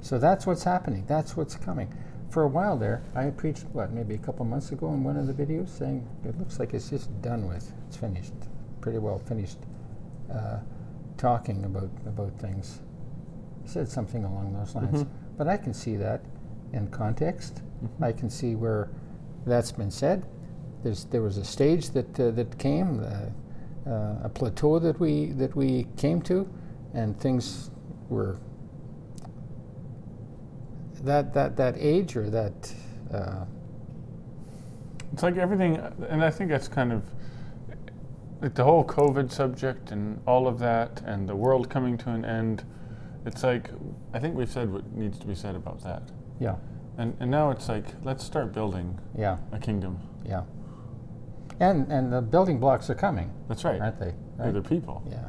So that's what's happening. That's what's coming. For a while there, I preached what maybe a couple months ago in one of the videos, saying it looks like it's just done with. It's finished, pretty well finished. Uh, talking about about things, said something along those lines.
Mhm.
But I can see that in context.
Mhm.
I can see where that's been said. There's, there was a stage that uh, that came, uh, uh, a plateau that we that we came to, and things were that that that age or that uh,
It's like everything, and I think that's kind of like the whole COVID subject and all of that, and the world coming to an end. It's like I think we've said what needs to be said about that,
yeah
and and now it's like let's start building
yeah
a kingdom.
yeah. And and the building blocks are coming,
That's right.
aren't they?
They're the people.
Yeah.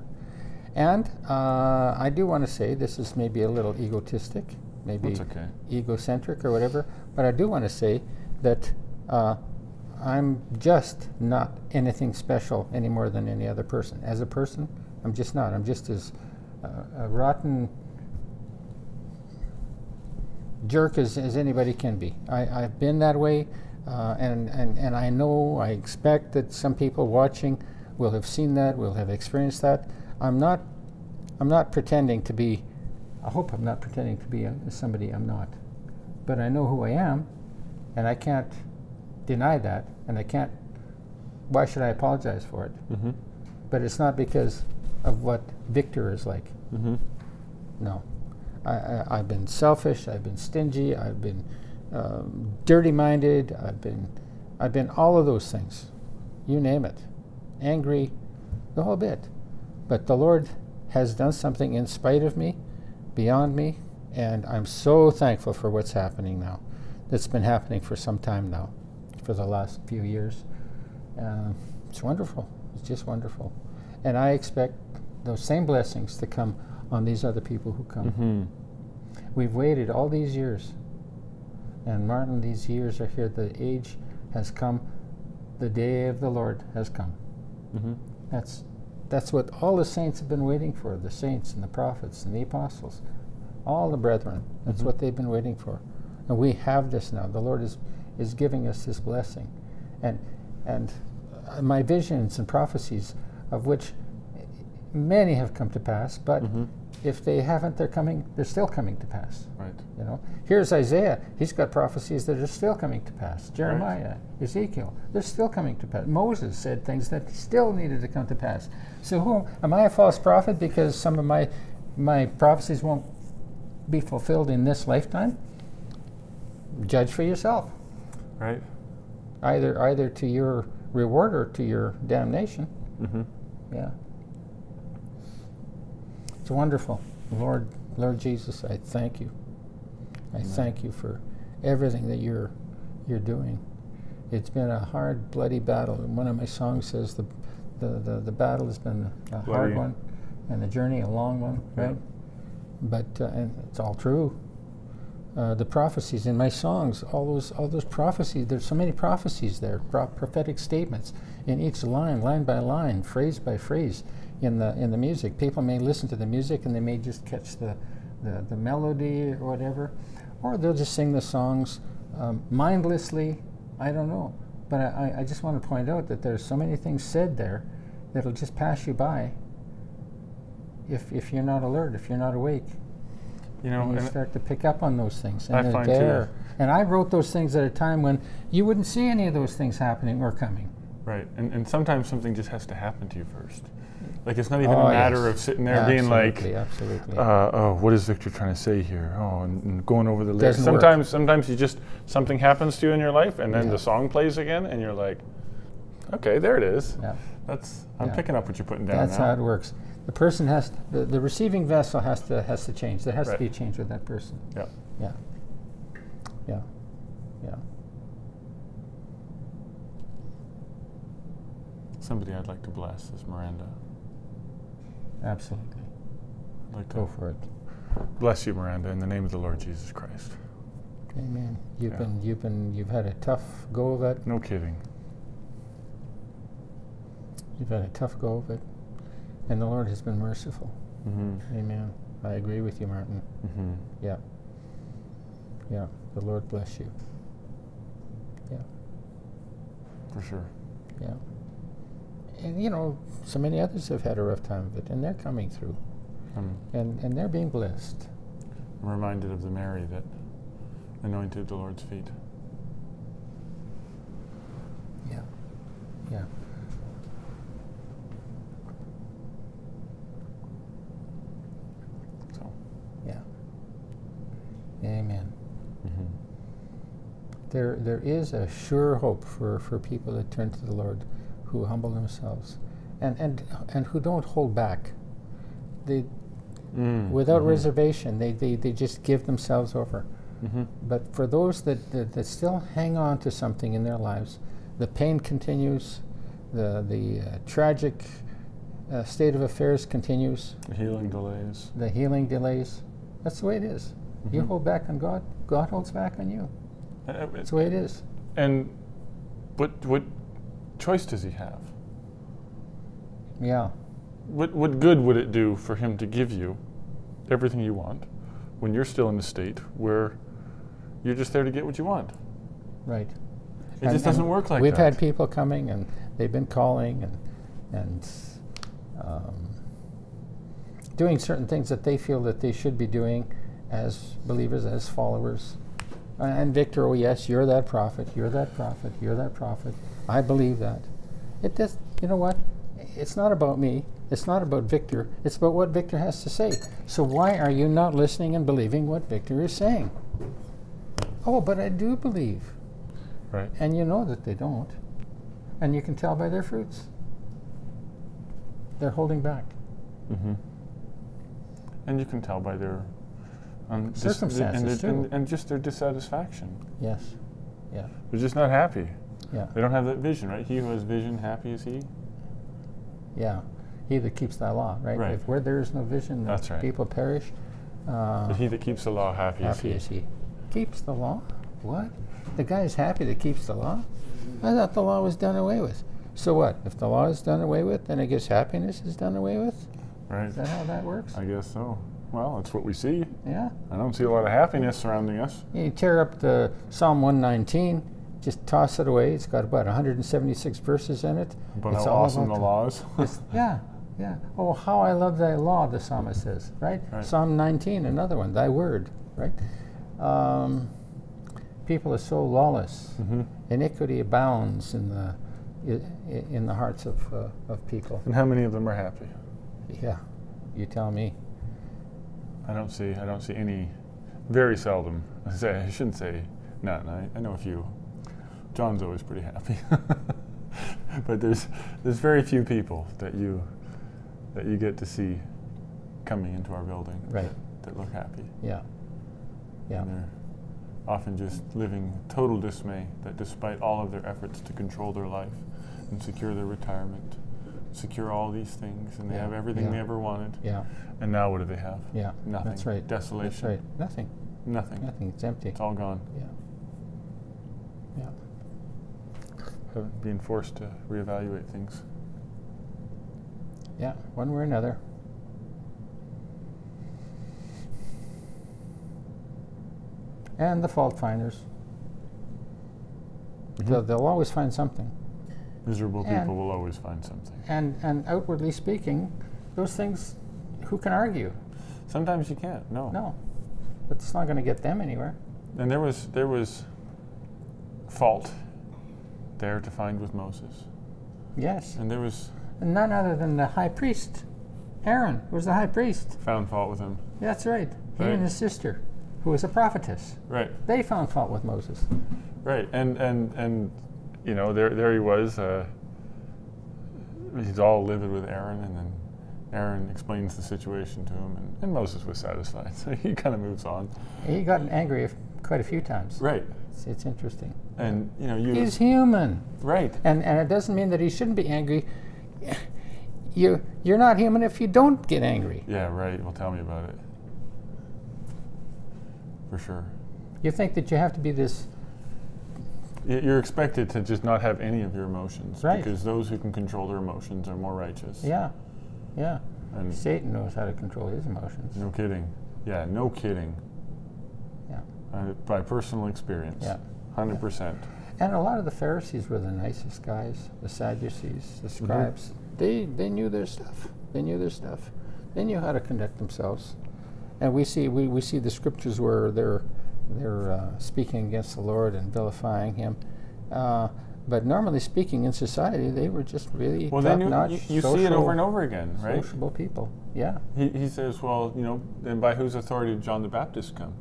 And uh, I do want to say this is maybe a little egotistic, maybe
That's okay.
egocentric or whatever, but I do want to say that uh, I'm just not anything special any more than any other person. As a person, I'm just not. I'm just as uh, a rotten jerk as, as anybody can be. I, I've been that way, uh, and, and, and I know, I expect that some people watching will have seen that, will have experienced that. I'm not, I'm not pretending to be, I hope I'm not pretending to be a, somebody I'm not. But I know who I am, and I can't deny that, and I can't, why should I apologize for it?
Mm-hmm.
But it's not because of what Victor is like.
Mm-hmm.
No. I, I, I've been selfish. I've been stingy. I've been um, dirty-minded. I've been, I've been all of those things. You name it. Angry, the whole bit. But the Lord has done something in spite of me, beyond me, and I'm so thankful for what's happening now. That's been happening for some time now, for the last few years. Uh, it's wonderful. It's just wonderful. And I expect those same blessings to come on these other people who come.
Mm-hmm.
We've waited all these years. And Martin, these years are here. The age has come. The day of the Lord has come.
Mm-hmm.
That's that's what all the saints have been waiting for. The saints and the prophets and the apostles, all the brethren. That's
Mhm.
what they've been waiting for, and we have this now. The Lord is is giving us this blessing, and and uh, my visions and prophecies, of which many have come to pass, but
Mm-hmm.
if they haven't, they're coming. They're still coming to pass.
Right.
You know, here's Isaiah. He's got prophecies that are still coming to pass. Jeremiah, Ezekiel, they're still coming to pass. Moses said things that still needed to come to pass. So who am I a false prophet because some of my my prophecies won't be fulfilled in this lifetime? Judge for yourself.
Right.
Either either to your reward or to your damnation.
Mm-hmm.
Yeah. It's wonderful. Lord, Lord Jesus, I thank you. I
Amen.
thank you for everything that you're you're doing. It's been a hard, bloody battle. And one of my songs says the the, the, the battle has been a hard
Bloody.
one and the journey a long one,
Yeah.
right? But uh, and it's all true. Uh, the prophecies in my songs, all those all those prophecies. There's so many prophecies there, pro- prophetic statements in each line, line by line, phrase by phrase, in the in the music. People may listen to the music and they may just catch the the, the melody or whatever, or they'll just sing the songs um, mindlessly. I don't know. But I, I- I just want to point out that there's so many things said there that'll just pass you by if, if you're not alert, if you're not awake.
You know,
And you
and-
start to pick up on those things. And
I
they're
find too-
there. And I wrote those things at a time when you wouldn't see any of those things happening or coming.
Right, and, and sometimes something just has to happen to you first. Like it's not even
Oh,
a matter
yes.
of sitting there being
Absolutely,
like,
absolutely.
uh, "Oh, what is Victor trying to say here?" Oh, and, and going over the lyrics.
Doesn't work.
Sometimes, sometimes you just something happens to you in your life, and then
Yeah.
the song plays again, and you're like, "Okay, there it is."
yeah.
That's I'm
Yeah.
picking up what you're putting down.
That's
now.
how it works. The person has the, the receiving vessel has to has to change. There has
Right.
to be a change with that person.
Yeah.
Yeah. Yeah. Yeah.
Somebody I'd like to bless is Miranda.
Absolutely.
I'd like
Go
to
for it.
bless you, Miranda, in the name of the Lord Jesus Christ.
Amen. You've
Yeah.
been you've been you've had a tough go of it.
No kidding.
You've had a tough go of it. And the Lord has been merciful.
Mm-hmm.
Amen. I agree with you, Martin.
Mm-hmm.
Yeah. Yeah. The Lord bless you. Yeah.
For sure.
Yeah. And you know, so many others have had a rough time of it and they're coming through.
Um,
And and they're being blessed.
I'm reminded of the Mary that anointed the Lord's feet.
Yeah. Yeah.
So,
Yeah. Amen.
mhm.
Mm-hmm. There, there is a sure hope for, for people that turn to the Lord, who humble themselves, and and and who don't hold back. They
Mm,
without
mhm,
reservation, they, they, they just give themselves over.
mhm.
But for those that, that, that still hang on to something in their lives, the pain continues, the the uh, tragic uh, state of affairs continues.
The healing delays.
the healing delays. That's the way it is. You
Mhm.
hold back on God, God holds back on you.
Uh, uh,
That's the way it is.
And what what choice does he have?
Yeah,
What what good would it do for him to give you everything you want when you're still in a state where you're just there to get what you want?
right.
It just doesn't work like
we've
that.
had people coming and they've been calling and and um, doing certain things that they feel that they should be doing as believers, as followers. Uh, And Victor, oh yes, you're that prophet. You're that prophet. You're that prophet. I believe that. It just, you know what? It's not about me. It's not about Victor. It's about what Victor has to say. So why are you not listening and believing what Victor is saying? Oh, but I do believe.
right.
And you know that they don't. And you can tell by their fruits. They're holding back.
hmm And you can tell by their um, dis-
Circumstances,
and, their-
too.
and, and just their dissatisfaction.
Yes. Yeah.
They're just not happy.
Yeah.
They don't have that vision, right? He who has vision, happy is he.
Yeah. He that keeps thy law, right?
Right.
If where there is no vision, the
That's right.
people perish. Uh,
But he that keeps the law, happy,
happy
is
is he. Keeps the law? What? The guy is happy that keeps the law? I thought the law was done away with. So what? If the law is done away with, then I guess happiness is done away with?
he. Right.
Is that how that works?
I guess so. Well, that's what we see.
Yeah.
I don't see a lot of happiness surrounding us.
You tear up the Psalm 119, just toss it away. It's got about 176 verses in it.
But
it's
how
all
awesome
about
the law is.
It's- yeah, yeah. Oh, how I love thy law, the psalmist says, right?
Right.
Psalm 19, another one, thy word, right? Um, people are so lawless.
Mhm.
Iniquity abounds in the, i- i- in the hearts of, uh, of people.
And how many of them are happy?
Yeah, you tell me.
I don't see. I don't see any. Very seldom. I say. I shouldn't say none. I, I know a few. John's always pretty happy. but there's there's very few people that you that you get to see coming into our building
Right,
that look happy.
yeah. Yeah,
And they're often just living total dismay that despite all of their efforts to control their life and secure their retirement, secure all these things, and they
Yeah,
have everything
yeah.
they ever wanted.
yeah,
And now what do they have?
yeah.
Nothing.
That's right.
Desolation.
That's right. Nothing,
Nothing.
nothing. It's empty.
It's all gone.
Yeah. Yeah.
Have- Being forced to reevaluate things.
Yeah, one way or another. and the fault finders. They'll, they'll always find something.
Miserable
And-
people will always find something.
And, and outwardly speaking, those things, who can argue?
Sometimes you can't. No.
No. But it's not going to get them anywhere.
And there was there was fault there to find with Moses,
Yes.
and there was
And none other than the high priest, Aaron, who was the high priest.
found fault with him.
That's right. He
Right.
and his sister, who was a prophetess.
Right.
They found fault with Moses.
Right, and and and you know, there there he was. Uh, he's all livid with Aaron, and then Aaron explains the situation to him, and, and Moses was satisfied, so he kind of moves on.
He got angry f- quite a few times.
Right,
It's, it's interesting.
and you know, you
He's human.
right,
And, and it doesn't mean that he shouldn't be angry. You, you're not human if you don't get angry.
yeah, right. Well, tell me about it for sure.
You think that you have to be this
Y- You're expected to just not have any of your emotions,
Right.
Because those who can control their emotions are more righteous.
Yeah, yeah.
and
Satan knows how to control his emotions.
no kidding. Yeah, no kidding.
Yeah.
Uh, by personal experience.
Yeah.
Hundred percent.
And a lot of the Pharisees were the nicest guys, the Sadducees,
Mm-hmm.
the scribes. They, they knew their stuff. They knew their stuff. They knew how to conduct themselves. And we see, we, we see the scriptures where they're, they're uh, speaking against the Lord and vilifying him. Uh, but normally speaking in society, they were just really
Well,
top
then
notch.
you, you see it over and over again, right?
Sociable people. Yeah.
He, he says, well, you know, then by whose authority did John the Baptist come?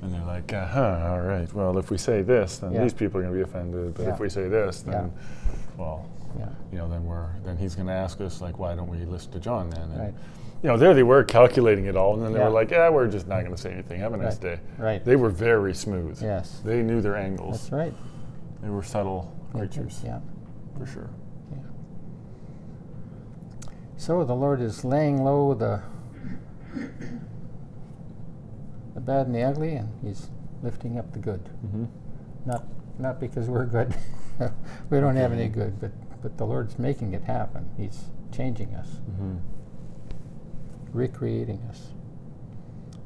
And they're like, uh huh, all right. Well, if we say this, then
Yeah.
these people are going to be offended. But
Yeah.
if we say this,
Yeah.
then, well,
Yeah.
you know, then we're then he's going to ask us like, why don't we listen to John then? And,
Right.
You know, there they were calculating it all, and then they
Yeah.
were like, yeah, we're just not going to say anything. Have a nice
Right.
day.
Right.
They were very smooth.
Yes.
They knew their angles.
That's right.
They were subtle creatures,
Yeah.
for sure.
So the Lord is laying low the the bad and the ugly, and He's lifting up the good.
Mm-hmm.
Not not because we're good, we don't have any good, but but the Lord's making it happen. He's changing us,
Mm-hmm.
recreating us.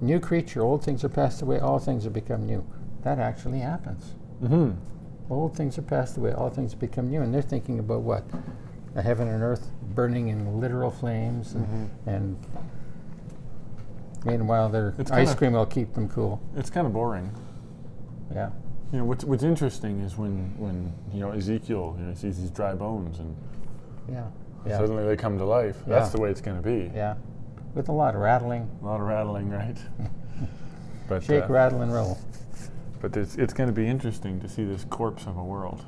New creature, old things are passed away, all things have become new. That actually happens.
Mm-hmm.
Old things are passed away, all things become new, and they're thinking about what? The heaven and earth burning in literal flames, and,
Mm-hmm.
and meanwhile, their
It's
ice
kinda-
cream will keep them cool.
It's kind of boring.
Yeah,
You know what's what's interesting is when when you know Ezekiel you know, sees these dry bones and
yeah, yeah,
suddenly they come to life.
Yeah.
That's the way it's going to be.
yeah. With a lot of rattling,
A lot of rattling, right? but
shake,
uh,
rattle, and roll.
but it's it's going to be interesting to see this corpse of a world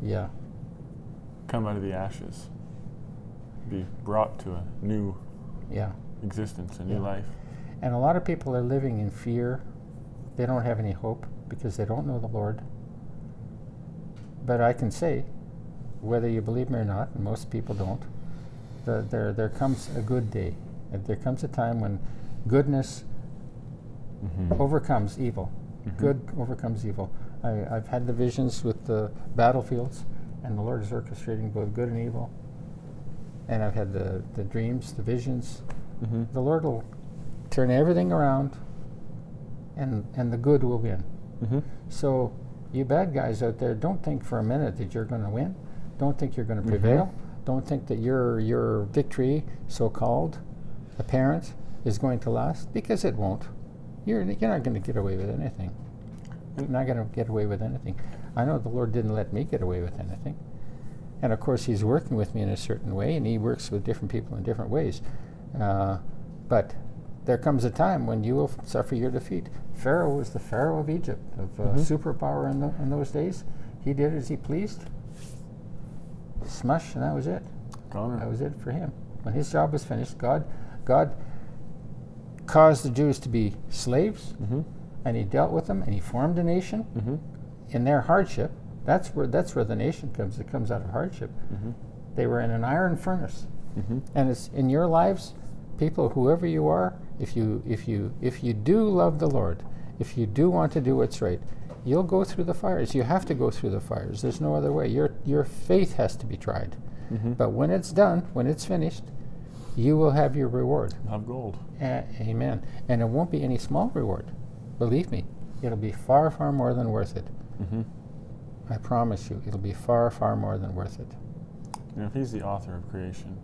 Yeah,
come out of the ashes, be brought to a new
yeah.
existence, a new
Yeah.
life.
And a lot of people are living in fear. They don't have any hope because they don't know the Lord. But I can say, whether you believe me or not, and most people don't, that there, there comes a good day. That There comes a time when goodness
Mm-hmm.
overcomes evil. Good overcomes evil. I, I've had the visions with the battlefields, and the Lord is orchestrating both good and evil. And I've had the, the dreams, the visions,
Mm-hmm.
the Lord will turn everything around and and the good will win.
Mm-hmm.
So you bad guys out there, don't think for a minute that you're going to win. Don't think you're going to prevail. Don't think that your your victory, so called, apparent, is going to last because it won't. You're you're not going to get away with anything. You're not going to get away with anything. I know the Lord didn't let me get away with anything. And of course, He's working with me in a certain way, and He works with different people in different ways. Uh, but there comes a time when you will f- suffer your defeat. Pharaoh was the Pharaoh of Egypt, of uh, superpower in, tho- in those days. He did as he pleased. Smush, and that was it. That was it for him. When his job was finished, God, God caused the Jews to be slaves,
Mm-hmm.
and He dealt with them, and He formed a nation in their hardship. That's where that's where the nation comes. It comes out of hardship. They were in an iron furnace,
Mm-hmm.
and it's in your lives, people, whoever you are. If you if you if you do love the Lord, if you do want to do what's right, you'll go through the fires. You have to go through the fires. There's no other way. Your your faith has to be tried. But when it's done, when it's finished, you will have your reward.
Of gold.
A- Amen. And it won't be any small reward. Believe me, it'll be far, far more than worth it.
Mm-hmm.
I promise you, it'll be far, far more than worth it.
You know, if he's the author of creation,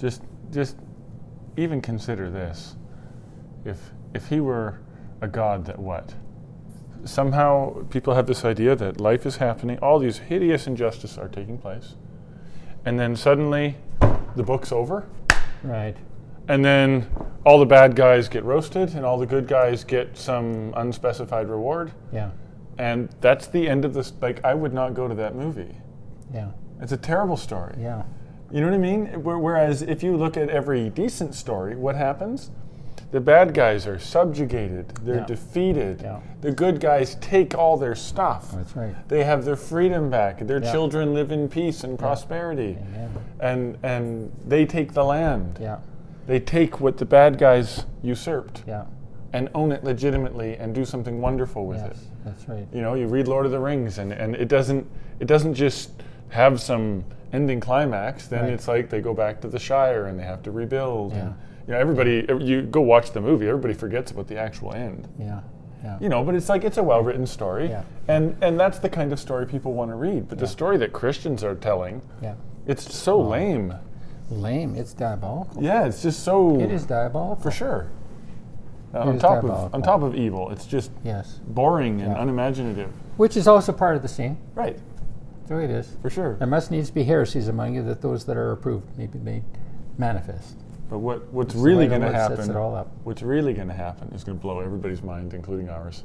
just just even consider this. If if he were a god that what? Somehow people have this idea that life is happening, all these hideous injustices are taking place, and then suddenly the book's over,
Right.
and then all the bad guys get roasted and all the good guys get some unspecified reward,
Yeah.
and that's the end of this like I would not go to that movie.
Yeah.
It's a terrible story.
Yeah.
You know what I mean? Where- Whereas if you look at every decent story, what happens? The bad guys are subjugated, they're
Yeah.
defeated.
Yeah.
The good guys take all their stuff.
That's right.
They have their freedom back. Their
Yeah.
children live in peace and prosperity.
Amen.
And and they take the land.
Yeah.
They take what the bad guys usurped
Yeah.
and own it legitimately and do something wonderful with
Yes.
it
That's right.
you know you read lord of the rings and, and it doesn't it doesn't just have some ending climax then
Right.
it's like they go back to the shire and they have to rebuild and
Yeah.
you know everybody ev- you go watch the movie everybody forgets about the actual end
Yeah. Yeah.
you know but it's like it's a well written story
Yeah.
and and that's the kind of story people want to read but the
Yeah.
story that christians are telling
Yeah.
it's so lame
Lame. It's diabolical.
yeah it's just so
It is diabolical.
for sure Uh,
It
on
is
top of
diabolical.
on top of evil it's just
Yes.
boring and
Yeah.
unimaginative
Which is also part of the scene.
right
So it is.
for sure
There must needs be heresies among you that those that are approved may be made manifest.
But what, what's
It's the
really
way the
going to
Lord Sets
happen,
it all up.
what's really going to happen is going to blow everybody's mind, including ours.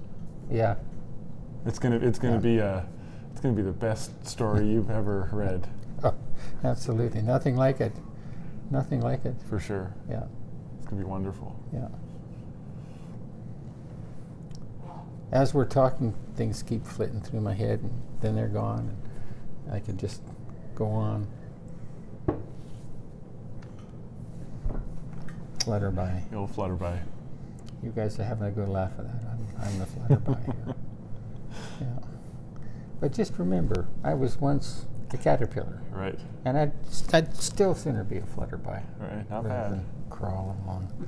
Yeah.
It's going to, it's going
Yeah.
to be a, it's going to be the best story you've ever read,
Oh, absolutely. Nothing like it. Nothing like it.
for sure.
Yeah.
It's going to be wonderful.
Yeah. As we're talking, things keep flitting through my head, and then they're gone, and I can just go on. Flutterby.
It'll flutter by.
You guys are having a good laugh at that. I'm, I'm the flutterby here. Yeah. But just remember, I was once a caterpillar,
Right.
and I'd, I'd still sooner be a flutterby
All right. Not
rather
bad.
than crawl along.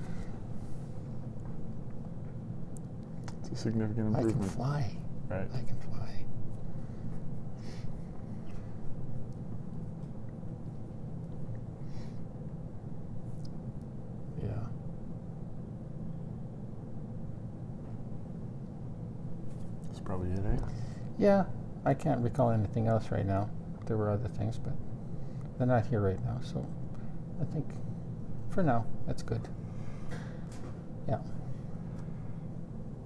It's a significant
I can
improvement.
fly.
Right.
I can fly. Yeah.
That's probably it, eh?
Yeah, I can't recall anything else right now. There were other things, but they're not here right now, so I think for now, that's good. Yeah.